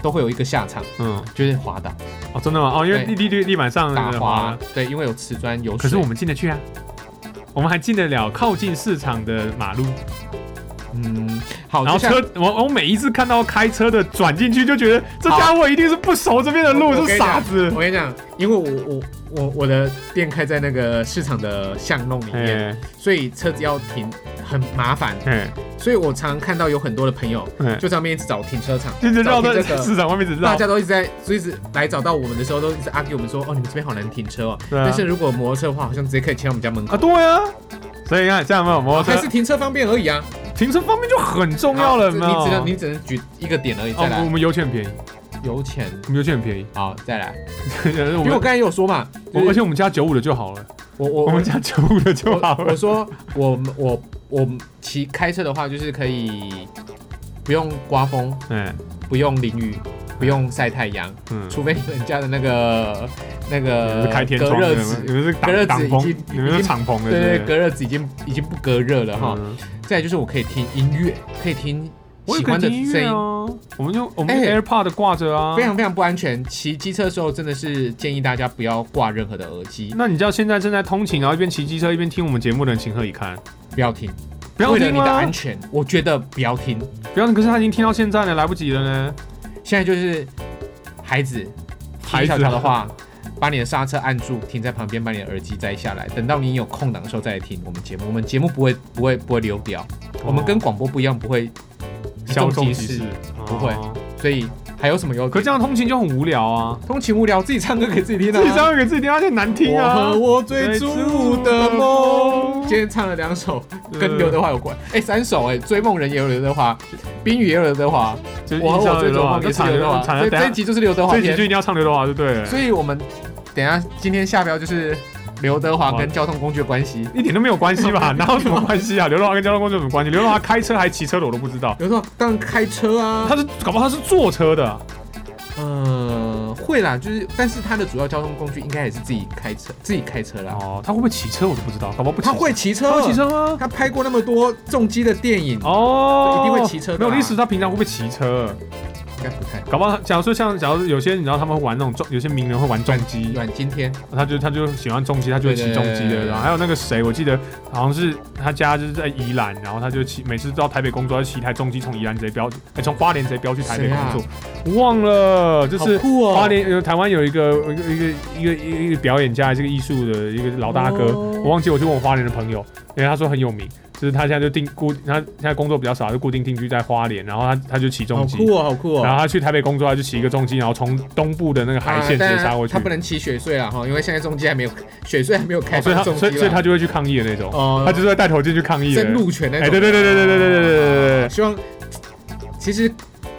Speaker 2: 都会有一个下场，
Speaker 1: 嗯，
Speaker 2: 就是滑倒、
Speaker 1: 哦，真的吗？哦，因为
Speaker 2: 对
Speaker 1: 地地地地板上
Speaker 2: 打
Speaker 1: 那个
Speaker 2: 滑，对，因为有瓷砖有水。
Speaker 1: 嗯可是我们进得去啊，我们还进得了靠近市场的马路，
Speaker 2: 嗯，好，
Speaker 1: 然
Speaker 2: 哦就
Speaker 1: 后
Speaker 2: 像
Speaker 1: 车，我我每一次看到开车的转进去，就觉得这家伙一定是不熟这边的
Speaker 2: 我
Speaker 1: 路，
Speaker 2: 我跟
Speaker 1: 是
Speaker 2: 你讲
Speaker 1: 傻子
Speaker 2: 我。跟你讲，因为我我我我的店开在那个市场的巷弄里面，
Speaker 1: 哎
Speaker 2: 所以车子要停很麻烦，
Speaker 1: 哎
Speaker 2: 所以我常看到有很多的朋友
Speaker 1: 哎，
Speaker 2: 就在那边一直找停车场，
Speaker 1: 就是绕
Speaker 2: 找
Speaker 1: 在
Speaker 2: 停车格
Speaker 1: 市场外面只绕
Speaker 2: 大，家都一直在，所以一直来找到我们的时候，都一直 argue 我们说，哦，你们这边好难停车哦。
Speaker 1: 对啊
Speaker 2: 但是如果摩托车的话，好像直接可以骑到我们家门口，
Speaker 1: 啊，对啊。所以你看，这样有没有摩托
Speaker 2: 还哦是
Speaker 1: 车
Speaker 2: 停车方便而已啊。
Speaker 1: 停车方面就很重要了，有没
Speaker 2: 好啊这你只
Speaker 1: 有
Speaker 2: 能？你只能举一个点而已，
Speaker 1: 哦
Speaker 2: 再，
Speaker 1: 我
Speaker 2: 来
Speaker 1: 们油钱很便宜，
Speaker 2: 油钱。
Speaker 1: 我们油钱很便宜。
Speaker 2: 好，再来，
Speaker 1: 我
Speaker 2: 因为我
Speaker 1: 们
Speaker 2: 刚才有说嘛，
Speaker 1: 我而
Speaker 2: 就是
Speaker 1: 且我们加九五的就好了，
Speaker 2: 我我
Speaker 1: 我
Speaker 2: 我
Speaker 1: 们加九五的就好
Speaker 2: 我我
Speaker 1: 了。
Speaker 2: 说我我我骑开车的话，就是可以不用刮风，
Speaker 1: 哎，
Speaker 2: 不用淋雨，不用晒太阳，
Speaker 1: 嗯，
Speaker 2: 除非你们家的那个那
Speaker 1: 你们
Speaker 2: 个
Speaker 1: 是开天
Speaker 2: 隔
Speaker 1: 窗的
Speaker 2: 热
Speaker 1: 吗，你
Speaker 2: 纸，
Speaker 1: 们是
Speaker 2: 隔热
Speaker 1: 挡挡
Speaker 2: 纸已
Speaker 1: 风
Speaker 2: 经，
Speaker 1: 你们
Speaker 2: 已
Speaker 1: 是
Speaker 2: 经
Speaker 1: 敞篷的，
Speaker 2: 对对
Speaker 1: 对
Speaker 2: 对，
Speaker 1: 不
Speaker 2: 隔热纸已经已经不隔热了哈。
Speaker 1: 嗯
Speaker 2: 再来就是我可以听音乐，可以听
Speaker 1: 我
Speaker 2: 喜
Speaker 1: 也可以
Speaker 2: 欢的
Speaker 1: 听音
Speaker 2: 声
Speaker 1: 乐
Speaker 2: 音，
Speaker 1: 啊，我们就我们
Speaker 2: 哎
Speaker 1: AirPod 挂着啊
Speaker 2: 非。常非常不安全。骑机车的时候真的是建议大家不要挂任何的耳机，
Speaker 1: 那你知道现在正在通勤，然后一边骑机车一边听我们节目的人，情何以堪？
Speaker 2: 不要听，
Speaker 1: 不要
Speaker 2: 为了
Speaker 1: 听
Speaker 2: 你的安
Speaker 1: 吗？
Speaker 2: 全，我觉得不要听。
Speaker 1: 不要听，可是他已经听到现在了，来不及了呢。
Speaker 2: 现在就是孩子，
Speaker 1: 孩
Speaker 2: 听
Speaker 1: 子啊
Speaker 2: 小乔的话，把你的刹车按住，停在旁边，把你的耳机摘下来，等到你有空档的时候再来听我们节目。我们节目不会不会不会流掉，我
Speaker 1: 哦
Speaker 2: 们跟广播不一样，不会一
Speaker 1: 小
Speaker 2: 众
Speaker 1: 众
Speaker 2: 即
Speaker 1: 即
Speaker 2: 逝
Speaker 1: 逝，，
Speaker 2: 不会
Speaker 1: 哦
Speaker 2: 所以还有什么优点？
Speaker 1: 可这样通勤就很无聊啊，
Speaker 2: 通勤无聊，自己唱歌给自己听啊。
Speaker 1: 自己唱歌给自己听，而且难听啊
Speaker 2: 我和。我追逐的梦。今天唱了两首跟刘德华有关，哎、三首哎、追梦人》也有刘德华，《冰雨》也有刘德华，
Speaker 1: 就是
Speaker 2: 我
Speaker 1: 一
Speaker 2: 和我
Speaker 1: 唱
Speaker 2: 追
Speaker 1: 刘
Speaker 2: 逐的
Speaker 1: 德华，
Speaker 2: 梦
Speaker 1: 就
Speaker 2: 也是
Speaker 1: 唱
Speaker 2: 刘
Speaker 1: 刘
Speaker 2: 德
Speaker 1: 德
Speaker 2: 华
Speaker 1: 华，。唱等
Speaker 2: 这这一
Speaker 1: 下
Speaker 2: 集就是刘德华
Speaker 1: 这一集
Speaker 2: 篇
Speaker 1: 就，一定要唱刘德华，对不对？
Speaker 2: 所以我们等一下今天下标就是刘德华跟交通工具的关系。
Speaker 1: 一点都没有关系 吧？哪有什么关系啊？刘德华跟交通工具有什么关系？刘德华开车还骑车的我都不知道，
Speaker 2: 有时候当然开车啊
Speaker 1: 他，是搞不好他是坐车的啊、
Speaker 2: 呃，会啦，就是，但是他的主要交通工具应该也是自己开车，自己开车啦。
Speaker 1: 哦，他会不会骑车我都不知道，搞不好不骑
Speaker 2: 他
Speaker 1: 车
Speaker 2: 会骑
Speaker 1: 他
Speaker 2: 车，
Speaker 1: 会骑，车吗？
Speaker 2: 他拍过那么多重击的电影，
Speaker 1: 哦，
Speaker 2: 一定会骑车的啊
Speaker 1: 没有我的意思，他平常会不会骑车？
Speaker 2: 应该不太。
Speaker 1: 搞不好他，假如说像，假如有些你知道他们会玩那种重，有些名人会玩重机，
Speaker 2: 阮经天，
Speaker 1: 他就他就喜欢重机，他就会骑重机
Speaker 2: 对对对
Speaker 1: 的。
Speaker 2: 对
Speaker 1: 然后还有那个谁，我记得好像是他家就是在宜兰，然后他就骑，每次到台北工作，他就骑一台重机从宜兰直接飙，哎从花莲直接飙去台北
Speaker 2: 谁
Speaker 1: 工
Speaker 2: 啊
Speaker 1: 作，我忘了，就是
Speaker 2: 好酷哦
Speaker 1: 花莲呃有台湾有一个一个一个一个一个一个表演家，这个艺术的一个老大哥，
Speaker 2: 哦
Speaker 1: 我忘记我去问我花莲的朋友，因为他说很有名，就是他现在就定固，他现在工作比较少，就固定定居在花莲，然后他他就骑重
Speaker 2: 好
Speaker 1: 机，
Speaker 2: 酷哦，好酷哦。啊
Speaker 1: 然后他去台北工作，他就骑一个重机，然后从东部的那个海线直接杀过去，
Speaker 2: 哎他不能骑雪隧了哈，因为现在中机还没有 雪隧还没有开
Speaker 1: 哦所以
Speaker 2: 放
Speaker 1: 他
Speaker 2: 重
Speaker 1: 所以
Speaker 2: 机
Speaker 1: 所以他
Speaker 2: 了，
Speaker 1: 就会去抗议的那种，
Speaker 2: 哦
Speaker 1: 他就是会戴头巾去抗议的
Speaker 2: 真，路权那
Speaker 1: 哎，
Speaker 2: 种。哦
Speaker 1: 对对对对对对对对对对对对，
Speaker 2: 希望其实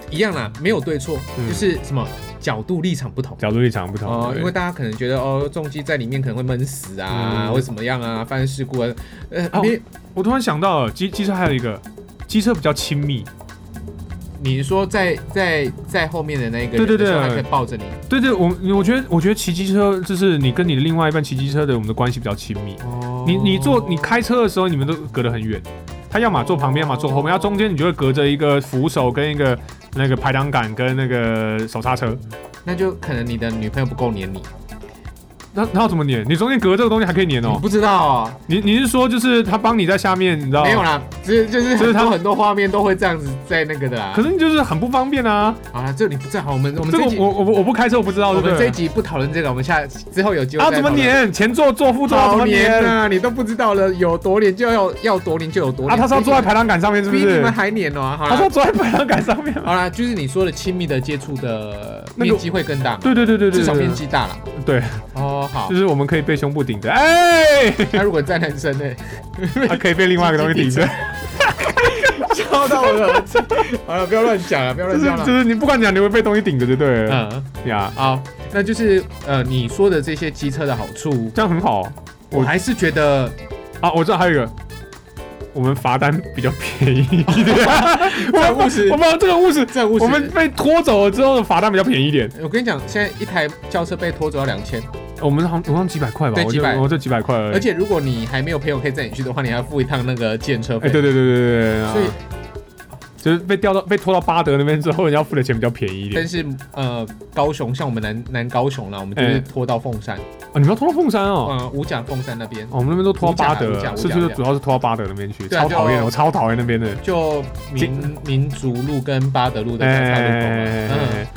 Speaker 2: 一样啦，没有对错，
Speaker 1: 嗯
Speaker 2: 就是什么角度立场不同。
Speaker 1: 角度立场不同，
Speaker 2: 哦，
Speaker 1: 对
Speaker 2: 因为大家可能觉得哦，重机在里面可能会闷死啊，
Speaker 1: 嗯
Speaker 2: 或者怎么样啊，发生事故啊，呃，
Speaker 1: 哦
Speaker 2: 你
Speaker 1: 我突然想到了机机车还有一个。机车比较亲密，
Speaker 2: 你说在在在后面的那个人
Speaker 1: 对对
Speaker 2: 的时候
Speaker 1: 对
Speaker 2: 他可以抱着你，
Speaker 1: 对对，我我觉得我觉得骑机车就是你跟你的另外一半骑机车的，我们的关系比较亲密。
Speaker 2: 哦
Speaker 1: 你你坐你开车的时候，你们都隔得很远，他要么坐旁边，要么坐后面，他中间你就会隔着一个扶手跟一个那个排挡杆跟那个手刹车。
Speaker 2: 哦那就可能你的女朋友不够黏你，
Speaker 1: 那那要怎么粘？你中间隔这个东西还可以粘
Speaker 2: 我
Speaker 1: 哦。
Speaker 2: 不知道啊，
Speaker 1: 你你是说就是他帮你在下面，你知道？
Speaker 2: 没有。啦，只是就是
Speaker 1: 就是
Speaker 2: 很
Speaker 1: 他
Speaker 2: 多很多画面都会这样子在那个的啦
Speaker 1: 可。是你就是很不方便啊。
Speaker 2: 好啦，这里不正好，我们我们
Speaker 1: 这
Speaker 2: 这
Speaker 1: 个
Speaker 2: 一集
Speaker 1: 我我不我不开车我不知道，
Speaker 2: 我
Speaker 1: 对不
Speaker 2: 们这一
Speaker 1: 对？
Speaker 2: 集不讨论这个，我们下之后有机会
Speaker 1: 啊，
Speaker 2: 再
Speaker 1: 怎么
Speaker 2: 讨论？
Speaker 1: 粘？前座坐副座要怎么
Speaker 2: 多年
Speaker 1: 粘？
Speaker 2: 啊！你都不知道了，有多年就要要多年就有多
Speaker 1: 啊，
Speaker 2: 年。
Speaker 1: 他是要坐在排挡杆上面是不
Speaker 2: 比你
Speaker 1: 是
Speaker 2: 们？还黏哦、好
Speaker 1: 他是要
Speaker 2: 了，
Speaker 1: 坐在排挡杆上面吗。
Speaker 2: 好了，就是你说的亲密的接触的
Speaker 1: 那个
Speaker 2: 面积会更大嘛，
Speaker 1: 对对对对对，
Speaker 2: 至少
Speaker 1: 对
Speaker 2: 面积大了。
Speaker 1: 对，
Speaker 2: 哦，好
Speaker 1: 就，是我们可以被胸部顶着，哎，
Speaker 2: 那如果再男生 呢？
Speaker 1: 还可以被另外一个东西顶着，
Speaker 2: 笑到我的耳机。 好了，不要乱讲了，不要
Speaker 1: 就
Speaker 2: 乱
Speaker 1: 是
Speaker 2: 讲
Speaker 1: 就
Speaker 2: 了。
Speaker 1: 是你不管讲，你会被东西顶着就对了。
Speaker 2: 嗯，
Speaker 1: 呀，
Speaker 2: 好，那就是呃，你说的这些机车的好处，
Speaker 1: 这样很好我
Speaker 2: 我还是觉得
Speaker 1: 啊。我知道还有一个，我们罚单比较便宜一点，
Speaker 2: 这
Speaker 1: 我
Speaker 2: 务实
Speaker 1: 我们这个务实，
Speaker 2: 这务实
Speaker 1: 我们被拖走了之后的罚单比较便宜一点。
Speaker 2: 我跟你讲，现在一台轿车被拖走要两千，
Speaker 1: 我们好像我好像几百块吧，
Speaker 2: 对
Speaker 1: 我
Speaker 2: 几
Speaker 1: 就
Speaker 2: 百
Speaker 1: 我这几百块而已
Speaker 2: 而。且如果你还没有朋友可以载你去的话，你还要付一趟那个建车
Speaker 1: 哎，
Speaker 2: 费。
Speaker 1: 对对对对对对，啊
Speaker 2: 所以，
Speaker 1: 就是被调到被拖到巴德那边之后，人家付的钱比较便宜一点
Speaker 2: 但。是呃，高雄像我们南南高雄啦，我们就是
Speaker 1: 哎
Speaker 2: 拖到凤山，
Speaker 1: 啊，你们要拖到凤山哦。
Speaker 2: 呃，五甲凤山那边
Speaker 1: 哦，我们那边都拖到巴德
Speaker 2: 五甲
Speaker 1: 了，
Speaker 2: 五甲
Speaker 1: 是
Speaker 2: 五甲
Speaker 1: 就是主要是拖到巴德那边去，
Speaker 2: 对啊
Speaker 1: 超讨厌的，
Speaker 2: 就
Speaker 1: 我超讨厌那边的。
Speaker 2: 就民民族路跟八德路的
Speaker 1: 哎
Speaker 2: 交叉路口嘛。嗯，
Speaker 1: 对啊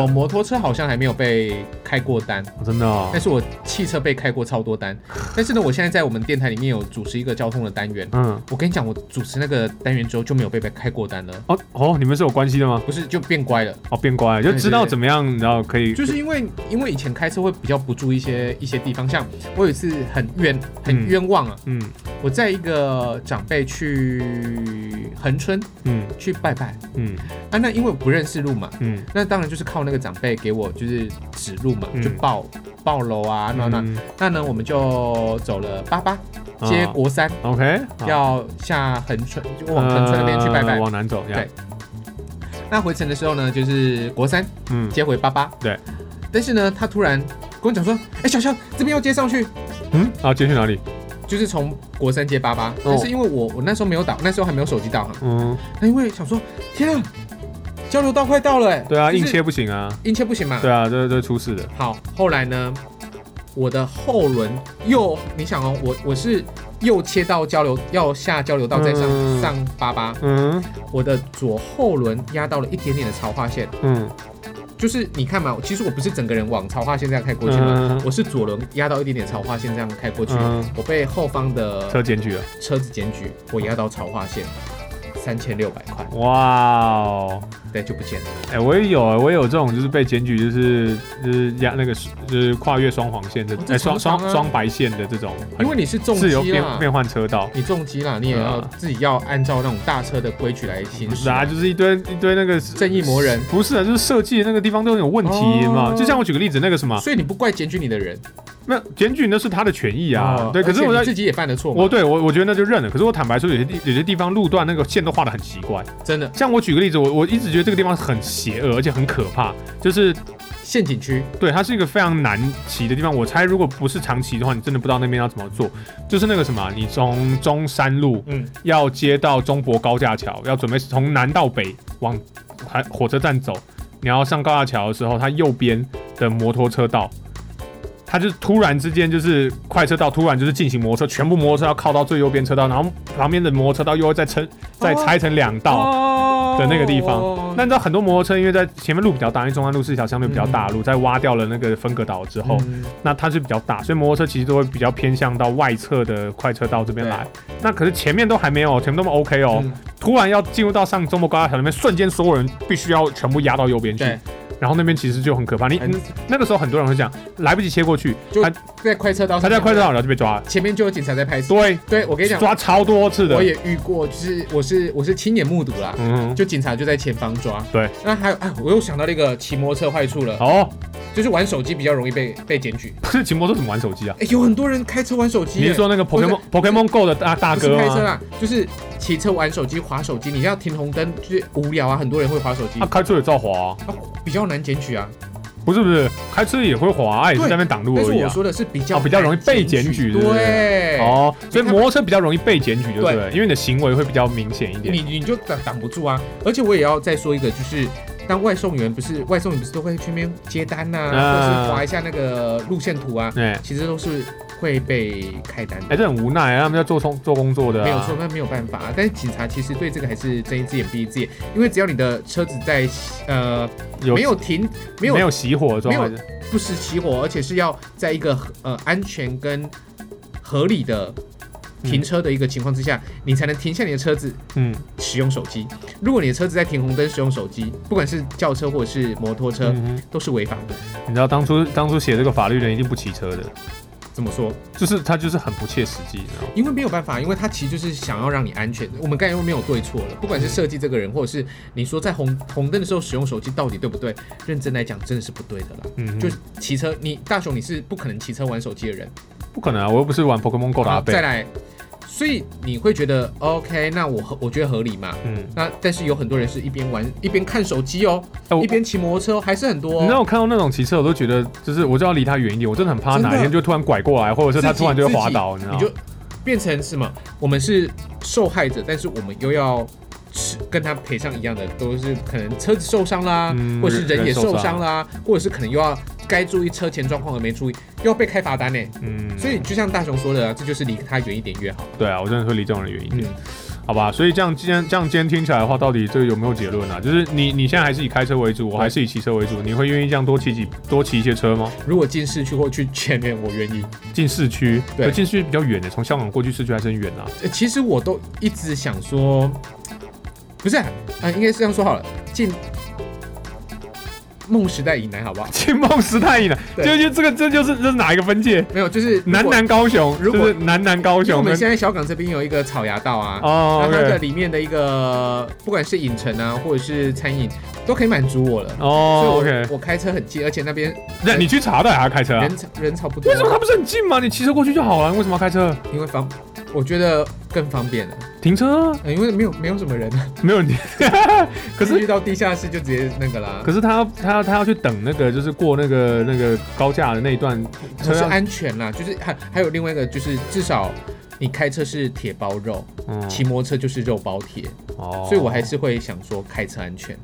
Speaker 2: 我摩托车好像还没有被开过单，
Speaker 1: 真的哦
Speaker 2: 但，是我汽车被开过超多单。但是呢，我现在在我们电台里面有主持一个交通的单元。
Speaker 1: 嗯，
Speaker 2: 我跟你讲，我主持那个单元之后就没有被被开过单了，
Speaker 1: 哦哦，你们是有关系的吗？
Speaker 2: 不是就变乖了，
Speaker 1: 哦，变乖，就知道怎么样，你知道可以，
Speaker 2: 哎就是因为因为以前开车会比较不注意一些一些地方，像我有一次很冤
Speaker 1: 嗯
Speaker 2: 很冤枉啊，
Speaker 1: 嗯
Speaker 2: 我在一个长辈去恒春
Speaker 1: 嗯
Speaker 2: 去拜拜
Speaker 1: 嗯
Speaker 2: 啊，那因为我不认识路嘛，
Speaker 1: 嗯，
Speaker 2: 那当然就是靠那个长辈给我就是指路嘛，
Speaker 1: 嗯
Speaker 2: 就报报楼啊，那那、
Speaker 1: 嗯
Speaker 2: 那呢，我们就走了八八接
Speaker 1: 啊
Speaker 2: 国三，
Speaker 1: OK，好
Speaker 2: 要下恒春，就往恒春那边去拜拜。
Speaker 1: 啊呃往南走，这样
Speaker 2: 对那回程的时候呢，就是国三
Speaker 1: 嗯，
Speaker 2: 接回八八，
Speaker 1: 对。
Speaker 2: 但是呢，他突然跟我讲说：“哎、小肖这边要接上去，
Speaker 1: 嗯，好，接去哪里？
Speaker 2: 就是从国三接八八。
Speaker 1: 哦
Speaker 2: 但是因为我我那时候没有导，那时候还没有手机导航，
Speaker 1: 嗯，
Speaker 2: 那因为想说，天啊，交流道快到了、哎，
Speaker 1: 对啊，
Speaker 2: 就
Speaker 1: 硬
Speaker 2: 是
Speaker 1: 切不行啊，
Speaker 2: 硬切不行嘛，
Speaker 1: 对啊，这这出事的，
Speaker 2: 好，后来呢，我的后轮右，你想哦，我我是右切到交流，要下交流道再上、
Speaker 1: 嗯
Speaker 2: 上八八，
Speaker 1: 嗯
Speaker 2: 我的左后轮压到了一点点的潮化线，
Speaker 1: 嗯
Speaker 2: 就是你看嘛，其实我不是整个人往潮化线这样开过去的。
Speaker 1: 嗯，
Speaker 2: 我是左轮压到一点点潮化线，这样开过去，
Speaker 1: 嗯
Speaker 2: 我被后方的
Speaker 1: 车检举了，
Speaker 2: 车子检举，我压到潮化线，三千六百块，
Speaker 1: 哇哦。
Speaker 2: 对，就不见了。
Speaker 1: 哎、我也有、啊，我也有这种，就是被检举，就是就是压那个是就是跨越双黄线这
Speaker 2: 哦，
Speaker 1: 哎
Speaker 2: 这
Speaker 1: 双
Speaker 2: 常
Speaker 1: 双
Speaker 2: 常啊
Speaker 1: 双白线的这种，
Speaker 2: 因为你是重
Speaker 1: 自由
Speaker 2: 机啊
Speaker 1: 变
Speaker 2: 啦，
Speaker 1: 变换车道，
Speaker 2: 你重机啦，你也要
Speaker 1: 嗯
Speaker 2: 自己要按照那种大车的规矩来行
Speaker 1: 不
Speaker 2: 驶
Speaker 1: 是。啊，就是一堆一堆那个
Speaker 2: 正义魔人，
Speaker 1: 不是啊，就是设计的那个地方都有问题嘛。
Speaker 2: 哦
Speaker 1: 啊就像我举个例子，那个什么，
Speaker 2: 所以你不怪检举你的人哦
Speaker 1: 那检举那是他的权益啊，对。可是
Speaker 2: 而且
Speaker 1: 我
Speaker 2: 你
Speaker 1: 在
Speaker 2: 自己也啊犯了错嘛，
Speaker 1: 我对我我觉得那就认了。可是我坦白说，有些地有些地方路段那个线都画的很奇怪。
Speaker 2: 真的
Speaker 1: 像我举个例子，我我一直觉得这个地方很邪恶，而且很可怕，就是
Speaker 2: 陷阱区
Speaker 1: 对，它是一个非常难骑的地方。我猜如果不是长骑的话，你真的不知道那边要怎么做。就是那个什么，啊你从中山路
Speaker 2: 嗯
Speaker 1: 要接到中国高架桥，要准备从南到北往还火车站走。你要上高架桥的时候，它右边的摩托车道，它就是突然之间就是快车道，突然就是进行摩托车，全部摩托车要靠到最右边车道，然后旁边的摩托车道又会再撑再拆成两道。
Speaker 2: 哦到
Speaker 1: 哦的那个地方
Speaker 2: 哦
Speaker 1: 那你知道很多摩托车因为在前面路比较大，因为中山路是一条相对比较大的路，在挖掉了那个分隔岛之
Speaker 2: 嗯
Speaker 1: 后，那它是比较大，所以摩托车其实都会比较偏向到外侧的快车道这边来。那可是前面都还没有，全部都 OK 哦，
Speaker 2: 嗯
Speaker 1: 突然要进入到上中国高架桥那边，瞬间所有人必须要全部压到右边去
Speaker 2: 对。
Speaker 1: 然后那边其实就很可怕，你
Speaker 2: 很
Speaker 1: 你那个时候很多人会讲来不及切过去，
Speaker 2: 就
Speaker 1: 他
Speaker 2: 在快车道，
Speaker 1: 他在快车道，然后就被抓了，
Speaker 2: 前面就有警察在拍摄，
Speaker 1: 对，
Speaker 2: 对我跟你哦讲，
Speaker 1: 抓超多次的
Speaker 2: 我，也遇过，就是我是我是亲眼目睹啦，
Speaker 1: 嗯哼，
Speaker 2: 就警察就在前方抓，
Speaker 1: 对，
Speaker 2: 那还有哎，我又想到那个骑摩托车坏处了，
Speaker 1: 哦，
Speaker 2: 就是玩手机比较容易被被检举，
Speaker 1: 不是骑摩托车怎么玩手机啊？
Speaker 2: 哎，有很多人开车玩手机，
Speaker 1: 你是说那个
Speaker 2: 不是
Speaker 1: Pokemon Pokemon Go 的大大
Speaker 2: 不是
Speaker 1: 哥啊
Speaker 2: 开车啊
Speaker 1: 吗？
Speaker 2: 啦，就是骑车玩手机、划手机，你要停红灯，就是无聊啊，很多人会划手机
Speaker 1: 啊，，开车也照滑、啊，
Speaker 2: 啊比较难检举啊。
Speaker 1: 不是不是，开车也会滑、啊，也是在
Speaker 2: 对
Speaker 1: 那边挡路
Speaker 2: 但是
Speaker 1: 而已
Speaker 2: 我
Speaker 1: 啊。
Speaker 2: 说的是比较、
Speaker 1: 哦比较容易被检举对不对
Speaker 2: 对，
Speaker 1: 哦，所以
Speaker 2: 你看
Speaker 1: 摩托车比较容易被检举，就对
Speaker 2: 对
Speaker 1: 了，因为你的行为会比较明显一点。
Speaker 2: 你你就挡挡不住啊。而且我也要再说一个，就是当外送员不是外送员不是都会去那边接单呐、
Speaker 1: 啊
Speaker 2: 或是划一下那个路线图啊，
Speaker 1: 哎、
Speaker 2: 其实都是会被开单的。
Speaker 1: 哎，这很无奈啊，他们要做工做工作的、啊，
Speaker 2: 没有错，那没有办法、啊。但是警察其实对这个还是睁一只眼闭一只眼，因为只要你的车子在呃
Speaker 1: 有
Speaker 2: 没有停，没有
Speaker 1: 没有熄火的状态嗯
Speaker 2: 没，不时起火，而且是要在一个呃安全跟合理的停车的一个情况之下，你才能停下你的车子
Speaker 1: 嗯
Speaker 2: 使用手机。如果你的车子在停红灯使用手机，不管是轿车或者是摩托车，
Speaker 1: 嗯哼，
Speaker 2: 都是违法的。
Speaker 1: 你知道当初当初写这个法律的人一定不骑车的，
Speaker 2: 怎么说？
Speaker 1: 就是他就是很不切实际，你知道吗？
Speaker 2: 因为没有办法，因为他其实就是想要让你安全。我们刚才又没有对错了，不管是设计这个人，或者是你说在红红灯的时候使用手机到底对不对，认真来讲真的是不对的啦。
Speaker 1: 嗯哼，
Speaker 2: 就
Speaker 1: 就是
Speaker 2: 骑车，你大雄你是不可能骑车玩手机的人。
Speaker 1: 不可能啊，我又不是玩 Pokemon Go 的阿
Speaker 2: 好，
Speaker 1: 贝，
Speaker 2: 再来，所以你会觉得 OK，那我合我觉得合理嘛？
Speaker 1: 嗯，
Speaker 2: 那但是有很多人是一边玩一边看手机哦，
Speaker 1: 哎我
Speaker 2: 一。边骑摩托车、哦，还是很多、
Speaker 1: 你知道
Speaker 2: 哦。
Speaker 1: 哎我看到那种骑车，我都觉得就是我就要离他远一点，我真的很怕
Speaker 2: 真的
Speaker 1: 哪一天就突然拐过来，或者是他
Speaker 2: 自己
Speaker 1: 突然就会滑倒，你
Speaker 2: 自
Speaker 1: 知
Speaker 2: 己
Speaker 1: 道吗？
Speaker 2: 就变成什么？我们是受害者，但是我们又要吃跟他赔上一样的，都是可能车子受伤啦，
Speaker 1: 嗯
Speaker 2: 或者是人
Speaker 1: 人
Speaker 2: 也
Speaker 1: 受
Speaker 2: 受
Speaker 1: 伤
Speaker 2: 伤啦，或者是可能又要该注意车前状况而没注意，又要被开罚单呢。
Speaker 1: 嗯，
Speaker 2: 所以就像大雄说的、啊，这就是离他远一点越好。
Speaker 1: 对啊，我真的会离这种人远一点。
Speaker 2: 嗯，
Speaker 1: 好吧，所以这样今天这样今天听起来的话，到底这个有没有结论啊？就是你你现在还是以开车为主，我还是以骑车为主，你会愿意这样多骑几多骑一些车吗？
Speaker 2: 如果进市区或去全联， 我愿意。
Speaker 1: 进市区，
Speaker 2: 对
Speaker 1: 可进市区比较远的，从香港过去市区还是很远啊。
Speaker 2: 呃其实我都一直想说，不是啊，呃应该是这样说好了，进梦时代以南好不好？
Speaker 1: 进梦时代以南，
Speaker 2: 对
Speaker 1: 就就这个这就是这是哪一个分界？
Speaker 2: 没有，就是如果
Speaker 1: 南。南高雄，
Speaker 2: 如果
Speaker 1: 就是南南高
Speaker 2: 因为我
Speaker 1: 雄
Speaker 2: 们
Speaker 1: 跟
Speaker 2: 现在小港这边有一个草芽道啊，
Speaker 1: 哦
Speaker 2: 那它的
Speaker 1: ，OK，
Speaker 2: 里面的一个不管是影城啊，或者是餐饮，都可以满足我了。
Speaker 1: 哦
Speaker 2: 所以我
Speaker 1: ，OK，
Speaker 2: 我开车很近，而且那边
Speaker 1: 那你去查的还要开车啊？
Speaker 2: 人潮人潮不多
Speaker 1: 为，什么它不是很近吗？你骑车过去就好了，为什么要开车？
Speaker 2: 因为方，我觉得更方便了，
Speaker 1: 停车啊
Speaker 2: 呃因为没有没有什么人啊，
Speaker 1: 没有停，可是
Speaker 2: 遇到地下室就直接那个啦，
Speaker 1: 可是他要他要他要去等那个，就是过那个那个高架的那一段车
Speaker 2: 可是
Speaker 1: 辆，
Speaker 2: 安全啦，就是还还有另外一个就是至少你开车是铁包肉，
Speaker 1: 嗯
Speaker 2: 骑摩托车就是肉包铁，
Speaker 1: 哦
Speaker 2: 所以我还是会想说开车安全，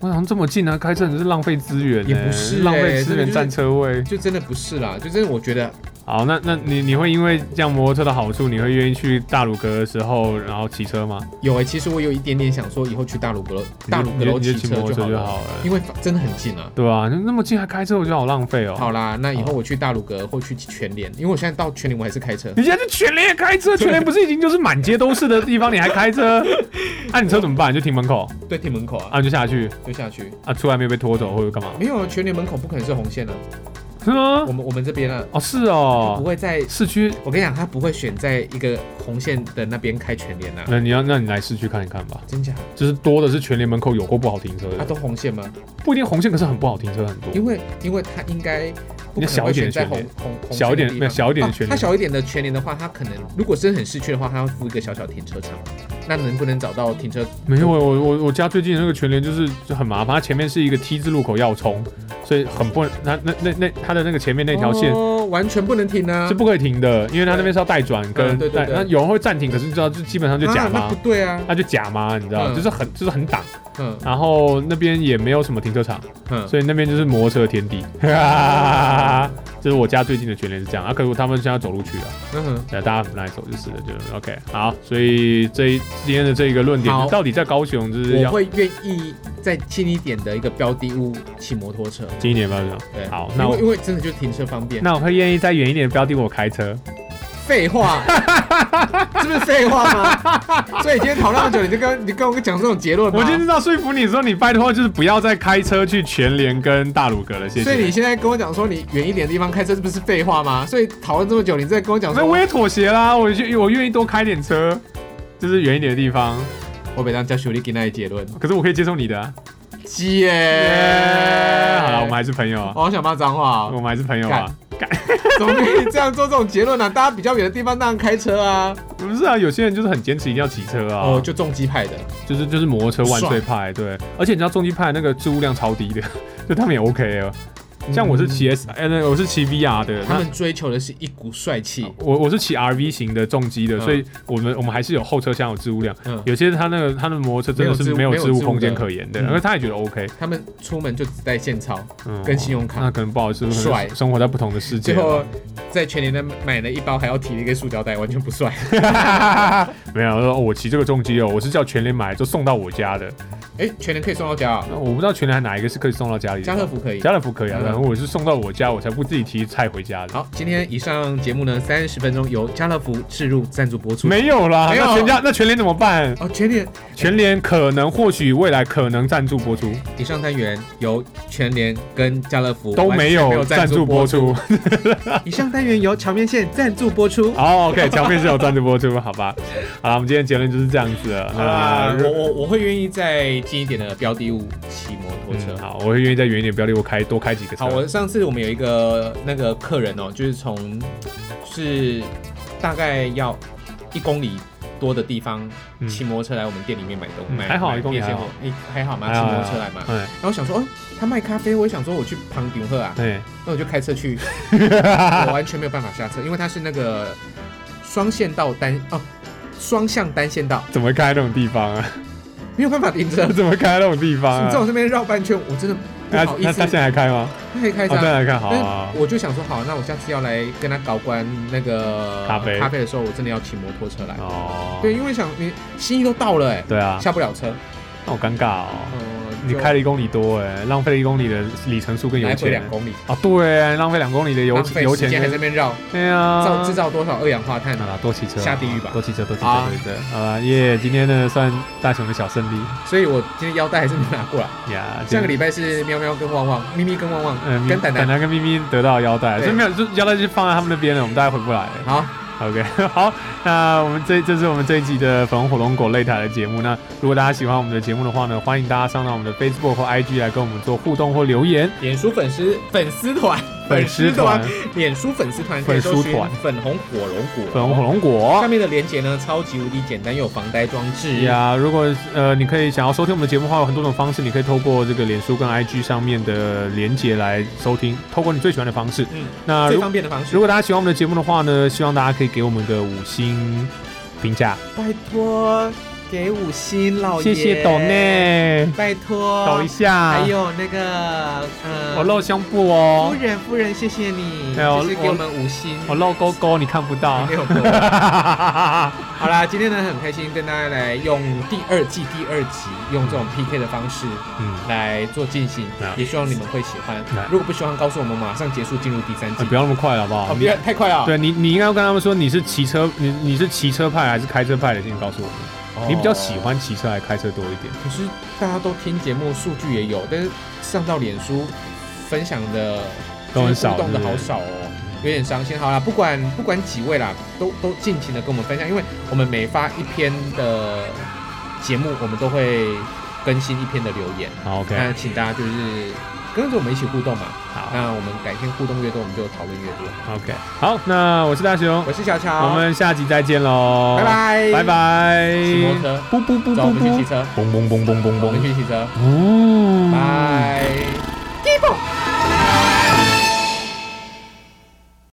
Speaker 1: 我想这么近啊，开车只是浪费资源呢、
Speaker 2: 也不是欸
Speaker 1: 浪费资
Speaker 2: 真的就
Speaker 1: 源
Speaker 2: 是
Speaker 1: 占车位。
Speaker 2: 就真的不是啦，就真的我觉得
Speaker 1: 好，那那你你会因为这样摩托车的好处，你会愿意去大鲁阁的时候然后骑车吗？
Speaker 2: 有哎、其实我有一点点想说以后去大鲁阁楼
Speaker 1: 你就
Speaker 2: 大鲁阁楼
Speaker 1: 你就
Speaker 2: 骑
Speaker 1: 你就骑摩
Speaker 2: 车
Speaker 1: 托车
Speaker 2: 就
Speaker 1: 就
Speaker 2: 好了，
Speaker 1: 好了，
Speaker 2: 因为真的很近啊。
Speaker 1: 对吧、啊？那么近还开车，我觉得好浪费哦、
Speaker 2: 好啦，那以后我去大鲁阁或去全联，因为我现在到全联我还是开车，
Speaker 1: 你现在去全联也开车，全联不是已经就是满街都是的地方，你还开车？ 那、你车怎么办？你就停门口
Speaker 2: 对，停门口啊，
Speaker 1: 啊，你就下去
Speaker 2: 就下去。
Speaker 1: 啊，出来没有被拖走或者干嘛？
Speaker 2: 没有啊，全联门口不可能是红线啊，
Speaker 1: 是吗
Speaker 2: 我？们我们这边啊，
Speaker 1: 哦，是
Speaker 2: 它
Speaker 1: 哦
Speaker 2: 不，会在
Speaker 1: 市区
Speaker 2: 我跟你讲，他不会选在一个红线的那边开全联呐、啊
Speaker 1: 那你要，那你来市区看一看吧。
Speaker 2: 真假？
Speaker 1: 就是多的是全联门口有过不好停车
Speaker 2: 啊，
Speaker 1: 的，
Speaker 2: 都红线吗？
Speaker 1: 不一定红线，可是很不好停车很多。
Speaker 2: 因为因为他应该不
Speaker 1: 你
Speaker 2: 可能
Speaker 1: 小一
Speaker 2: 会
Speaker 1: 点
Speaker 2: 选
Speaker 1: 的全
Speaker 2: 在红
Speaker 1: 联
Speaker 2: 红红
Speaker 1: 小一点没有小一点的全
Speaker 2: 哦他
Speaker 1: 联
Speaker 2: 小一点的全联的话，他可能如果真的很市区的话，他要附一个小小停车场。那能不能找到停车？
Speaker 1: 没有我我我家最近的那个全联就是就很麻烦，它前面是一个 T 字路口要冲，所以很不它那那那它的那个前面那条线。
Speaker 2: 哦，完全不能停啊！
Speaker 1: 是不可以停的，因为它那边是要带转跟
Speaker 2: 嗯对对
Speaker 1: 带
Speaker 2: 对
Speaker 1: 那有人会暂停，可是你知道，就基本上就假
Speaker 2: 啊，那
Speaker 1: 妈
Speaker 2: 不，对啊。
Speaker 1: 那就假妈，你知道，
Speaker 2: 嗯
Speaker 1: 就是很就是很挡。
Speaker 2: 嗯
Speaker 1: 然后那边也没有什么停车场，
Speaker 2: 嗯，
Speaker 1: 所以那边就是摩托车的天地。 这是我家最近的全联是这样，啊，可是他们现在走路去了。
Speaker 2: 嗯
Speaker 1: 那大家很爱走就是了，就 OK。好，所以这一今天的这一个论点
Speaker 2: 好，
Speaker 1: 到底在高雄就是
Speaker 2: 哼，我
Speaker 1: 要
Speaker 2: 会愿意在近一点的一个标的物骑摩托车。
Speaker 1: 近一点吧，这样
Speaker 2: 对，
Speaker 1: 好，
Speaker 2: 因
Speaker 1: 那
Speaker 2: 为
Speaker 1: 我
Speaker 2: 因为真的就停车方便。
Speaker 1: 那我会愿意再远一点的标的我开车。
Speaker 2: 废话，是不是废话吗？所以今天讨论那么久，你就跟你跟我讲这种结论吗？
Speaker 1: 我就是要说服你说，你拜托就是不要再开车去全联跟大鲁阁了，谢
Speaker 2: 所以你
Speaker 1: 谢。
Speaker 2: 现在跟我讲说你远一点的地方开车，是不是废话吗？所以讨论这么久，你再跟我讲
Speaker 1: 那
Speaker 2: 说
Speaker 1: 我也妥协啦，我就我愿意多开点车，就是远一点的地方。
Speaker 2: 我被当家属力给那里结论，
Speaker 1: 可是我可以接受你的、啊。
Speaker 2: 耶、哎
Speaker 1: 好了，我们还是朋友啊，
Speaker 2: 我好想骂脏话、
Speaker 1: 我
Speaker 2: 哦，
Speaker 1: 们还是朋友啊。
Speaker 2: 怎么可以这样做这种结论呢、啊大家比较远的地方当然开车啊，
Speaker 1: 不是啊，有些人就是很坚持一定要骑车啊。
Speaker 2: 哦，就重机派的，
Speaker 1: 就是就是摩托车万岁
Speaker 2: 爽
Speaker 1: 派，对，而且你知道重机派那个置物量超低的，就他们也 OK 哦。像我是骑 S，哎、那我是骑 VR 的，
Speaker 2: 嗯他
Speaker 1: 那
Speaker 2: 们追求的是一股帅气，
Speaker 1: 我我是骑 RV 型的重机的，
Speaker 2: 嗯
Speaker 1: 所以我们我们还是有后车厢有置物量。
Speaker 2: 嗯，
Speaker 1: 有些他那个他的摩托车真的是没
Speaker 2: 没有
Speaker 1: 有
Speaker 2: 置物
Speaker 1: 置物空间
Speaker 2: 没有置物
Speaker 1: 可
Speaker 2: 的
Speaker 1: 言的，
Speaker 2: 嗯
Speaker 1: 而他也觉得 OK，
Speaker 2: 他们出门就只带现钞，
Speaker 1: 嗯，
Speaker 2: 跟信用卡
Speaker 1: 那可能不好意思，可能
Speaker 2: 帅
Speaker 1: 生活在不同的世界啊
Speaker 2: 最后
Speaker 1: 了。
Speaker 2: 在全年的买了一包，还要提了一个塑胶袋，完全 不帅。
Speaker 1: 没有，说哦我骑这个重机哦，我是叫全联买，就送到我家的。
Speaker 2: 哎，全年可以送到家啊，
Speaker 1: 那我不知道全联哪一个是可以送到家里的。
Speaker 2: 家乐福可以。
Speaker 1: 家乐福可以啊，
Speaker 2: 嗯
Speaker 1: 然后我是送到我家，我才不自己提菜回家的。
Speaker 2: 好，今天以上节目呢，三十分钟由家乐福置入赞助播出。
Speaker 1: 没有啦，
Speaker 2: 没有
Speaker 1: 那全家那全联怎么办？
Speaker 2: 哦，全年
Speaker 1: 全联可能或许未来可能赞助播出
Speaker 2: 以上单元由全联跟家乐福
Speaker 1: 都没
Speaker 2: 完全
Speaker 1: 有赞助播。出。
Speaker 2: 以上单元由桥面线赞助播出。
Speaker 1: 哦，OK，墙面是有赞助播出， 好吧？好了，我们今天结论就是这样子了。
Speaker 2: 好啦，
Speaker 1: 那
Speaker 2: 啊我我我会愿意在近一点的标的物骑摩托车。
Speaker 1: 嗯好，我会愿意再远一点，不要离我开多开几个车。
Speaker 2: 好，我上次我们有一个那个客人哦，就是从是大概要一公里多的地方
Speaker 1: 嗯
Speaker 2: 骑摩托车来我们店里面买东西，
Speaker 1: 嗯
Speaker 2: 买
Speaker 1: 还好
Speaker 2: 买
Speaker 1: 一公里
Speaker 2: 面线
Speaker 1: 还好
Speaker 2: 哦，哎还好嘛，
Speaker 1: 还
Speaker 2: 骑
Speaker 1: 好
Speaker 2: 摩托车来嘛。
Speaker 1: 嗯，
Speaker 2: 然后我想说，哦，他卖咖啡，我也想说我去旁顶喝啊，
Speaker 1: 对，
Speaker 2: 那我就开 车去，我完全没有办法下车，因为它是那个双线道单哦，双向单线道，
Speaker 1: 怎么开那种地方啊？
Speaker 2: 没有办法停车。
Speaker 1: 怎么开那种地方
Speaker 2: 你在我
Speaker 1: 啊？
Speaker 2: 这边绕半圈，我真的不
Speaker 1: 那
Speaker 2: 好意
Speaker 1: 那他
Speaker 2: 思
Speaker 1: 现。在还开吗？
Speaker 2: 可以开车
Speaker 1: 哦，
Speaker 2: 啊，
Speaker 1: 现在还开，好
Speaker 2: 但
Speaker 1: 啊
Speaker 2: 是。我就想说，好，那我下次要来跟他搞关那个
Speaker 1: 咖啡
Speaker 2: 咖啡的时候，我真的要骑摩托车来。
Speaker 1: 哦，
Speaker 2: 对，因为想你心意都到了，哎，
Speaker 1: 对啊，
Speaker 2: 下不了车。
Speaker 1: 那好尴尬哦。
Speaker 2: 嗯，
Speaker 1: 你
Speaker 2: 就
Speaker 1: 开了一公里多哎，浪费了一公里的里程数跟油
Speaker 2: 来回
Speaker 1: 钱
Speaker 2: 两公里，
Speaker 1: 啊，对，浪费两公里的油
Speaker 2: 浪费
Speaker 1: 油
Speaker 2: 时
Speaker 1: 钱
Speaker 2: 间还在那
Speaker 1: 跟，
Speaker 2: 边绕，
Speaker 1: 对啊，
Speaker 2: 造制造多少二氧化碳
Speaker 1: 好？啦，多骑车啊，
Speaker 2: 下地狱吧
Speaker 1: 多骑车，多骑车，
Speaker 2: 好啊
Speaker 1: 多骑车。好啦，耶！今天呢，算大雄的小胜利
Speaker 2: 所以我今天腰带还是没拿过来。
Speaker 1: 呀。
Speaker 2: 上个
Speaker 1: 今
Speaker 2: 礼拜是喵喵跟旺旺，咪咪跟旺嗯
Speaker 1: 呃
Speaker 2: 旺，跟
Speaker 1: 咪
Speaker 2: 蛋
Speaker 1: 蛋
Speaker 2: 蛋。
Speaker 1: 蛋跟咪咪得到腰带，
Speaker 2: 对
Speaker 1: 所以没有，就腰带就放在他们那边了，我们大家回不来了。
Speaker 2: 好，
Speaker 1: OK，好， 那我们这这是我们这一集的粉红火龙果擂台的节目。那如果大家喜欢我们的节目的话呢，欢迎大家上到我们的 Facebook 或 IG 来跟我们做互动或留言。
Speaker 2: 脸书粉丝粉丝团，
Speaker 1: 粉丝团，
Speaker 2: 脸书粉丝团可以
Speaker 1: 粉丝
Speaker 2: 搜寻
Speaker 1: 团
Speaker 2: 粉红火龙果，哦
Speaker 1: 粉红火龙果
Speaker 2: 下。面的连接呢，超级无敌简单又有防呆装置。
Speaker 1: 呀如果呃你可以想要收听我们的节目的话，有很多种方式，你可以透过这个脸书跟 IG 上面的连接来收听，透过你最喜欢的方式。
Speaker 2: 嗯，
Speaker 1: 那
Speaker 2: 最
Speaker 1: 如
Speaker 2: 方便的方式
Speaker 1: 如。果大家喜欢我们的节目的话呢，希望大家可以给我们个五星评价，
Speaker 2: 拜托，给五星老
Speaker 1: 谢
Speaker 2: 爷，
Speaker 1: 谢抖，内，
Speaker 2: 拜托，
Speaker 1: 抖一下，
Speaker 2: 还有那个，呃，
Speaker 1: 我露胸部
Speaker 2: 夫
Speaker 1: 哦，
Speaker 2: 人，夫人，谢谢你，
Speaker 1: 哎呦
Speaker 2: 就是给我们五星，
Speaker 1: 我露勾勾，你看不到
Speaker 2: 没。有够。好啦，今天呢很开心跟大家来用第二季第二集用这种 PK 的方式
Speaker 1: 嗯，
Speaker 2: 来做进行
Speaker 1: 啊，
Speaker 2: 也希望你们会喜欢
Speaker 1: 啊。
Speaker 2: 如果不喜欢，告诉我们，马上结束进入第三
Speaker 1: 呃
Speaker 2: 季
Speaker 1: 不。要那么快好不好
Speaker 2: 哦，？不要太快了。
Speaker 1: 对你，你应该要跟他们说你是骑车，你你是骑车派还是开车派的，请你告诉我们。
Speaker 2: 哦，
Speaker 1: 你比较喜欢骑车还是开车多一点？
Speaker 2: 可是大家都听节目，数据也有，但是上到脸书分享的
Speaker 1: 都很少
Speaker 2: 就是
Speaker 1: 是
Speaker 2: 互动的
Speaker 1: 不是
Speaker 2: 好少哦，有点伤心。好啦，不管不管几位啦，都都尽情的跟我们分享，因为我们每发一篇的节目，我们都会更新一篇的留言。
Speaker 1: 好，OK，
Speaker 2: 那请大家就是跟着我们一起互动嘛。
Speaker 1: 好
Speaker 2: 那我们改天互动越多，我们就讨论越多。
Speaker 1: ，OK，好，那我是大雄
Speaker 2: 我，是小乔，
Speaker 1: 我们下集再见喽，
Speaker 2: 拜，拜
Speaker 1: 拜，拜，
Speaker 2: 骑摩托车，
Speaker 1: 不不不
Speaker 2: 走，我
Speaker 1: 不
Speaker 2: 们去骑
Speaker 1: 不，
Speaker 2: 车，
Speaker 1: 嘣嘣嘣嘣嘣
Speaker 2: 我们
Speaker 1: 嘣，
Speaker 2: 去骑车，
Speaker 1: 哦，
Speaker 2: 拜。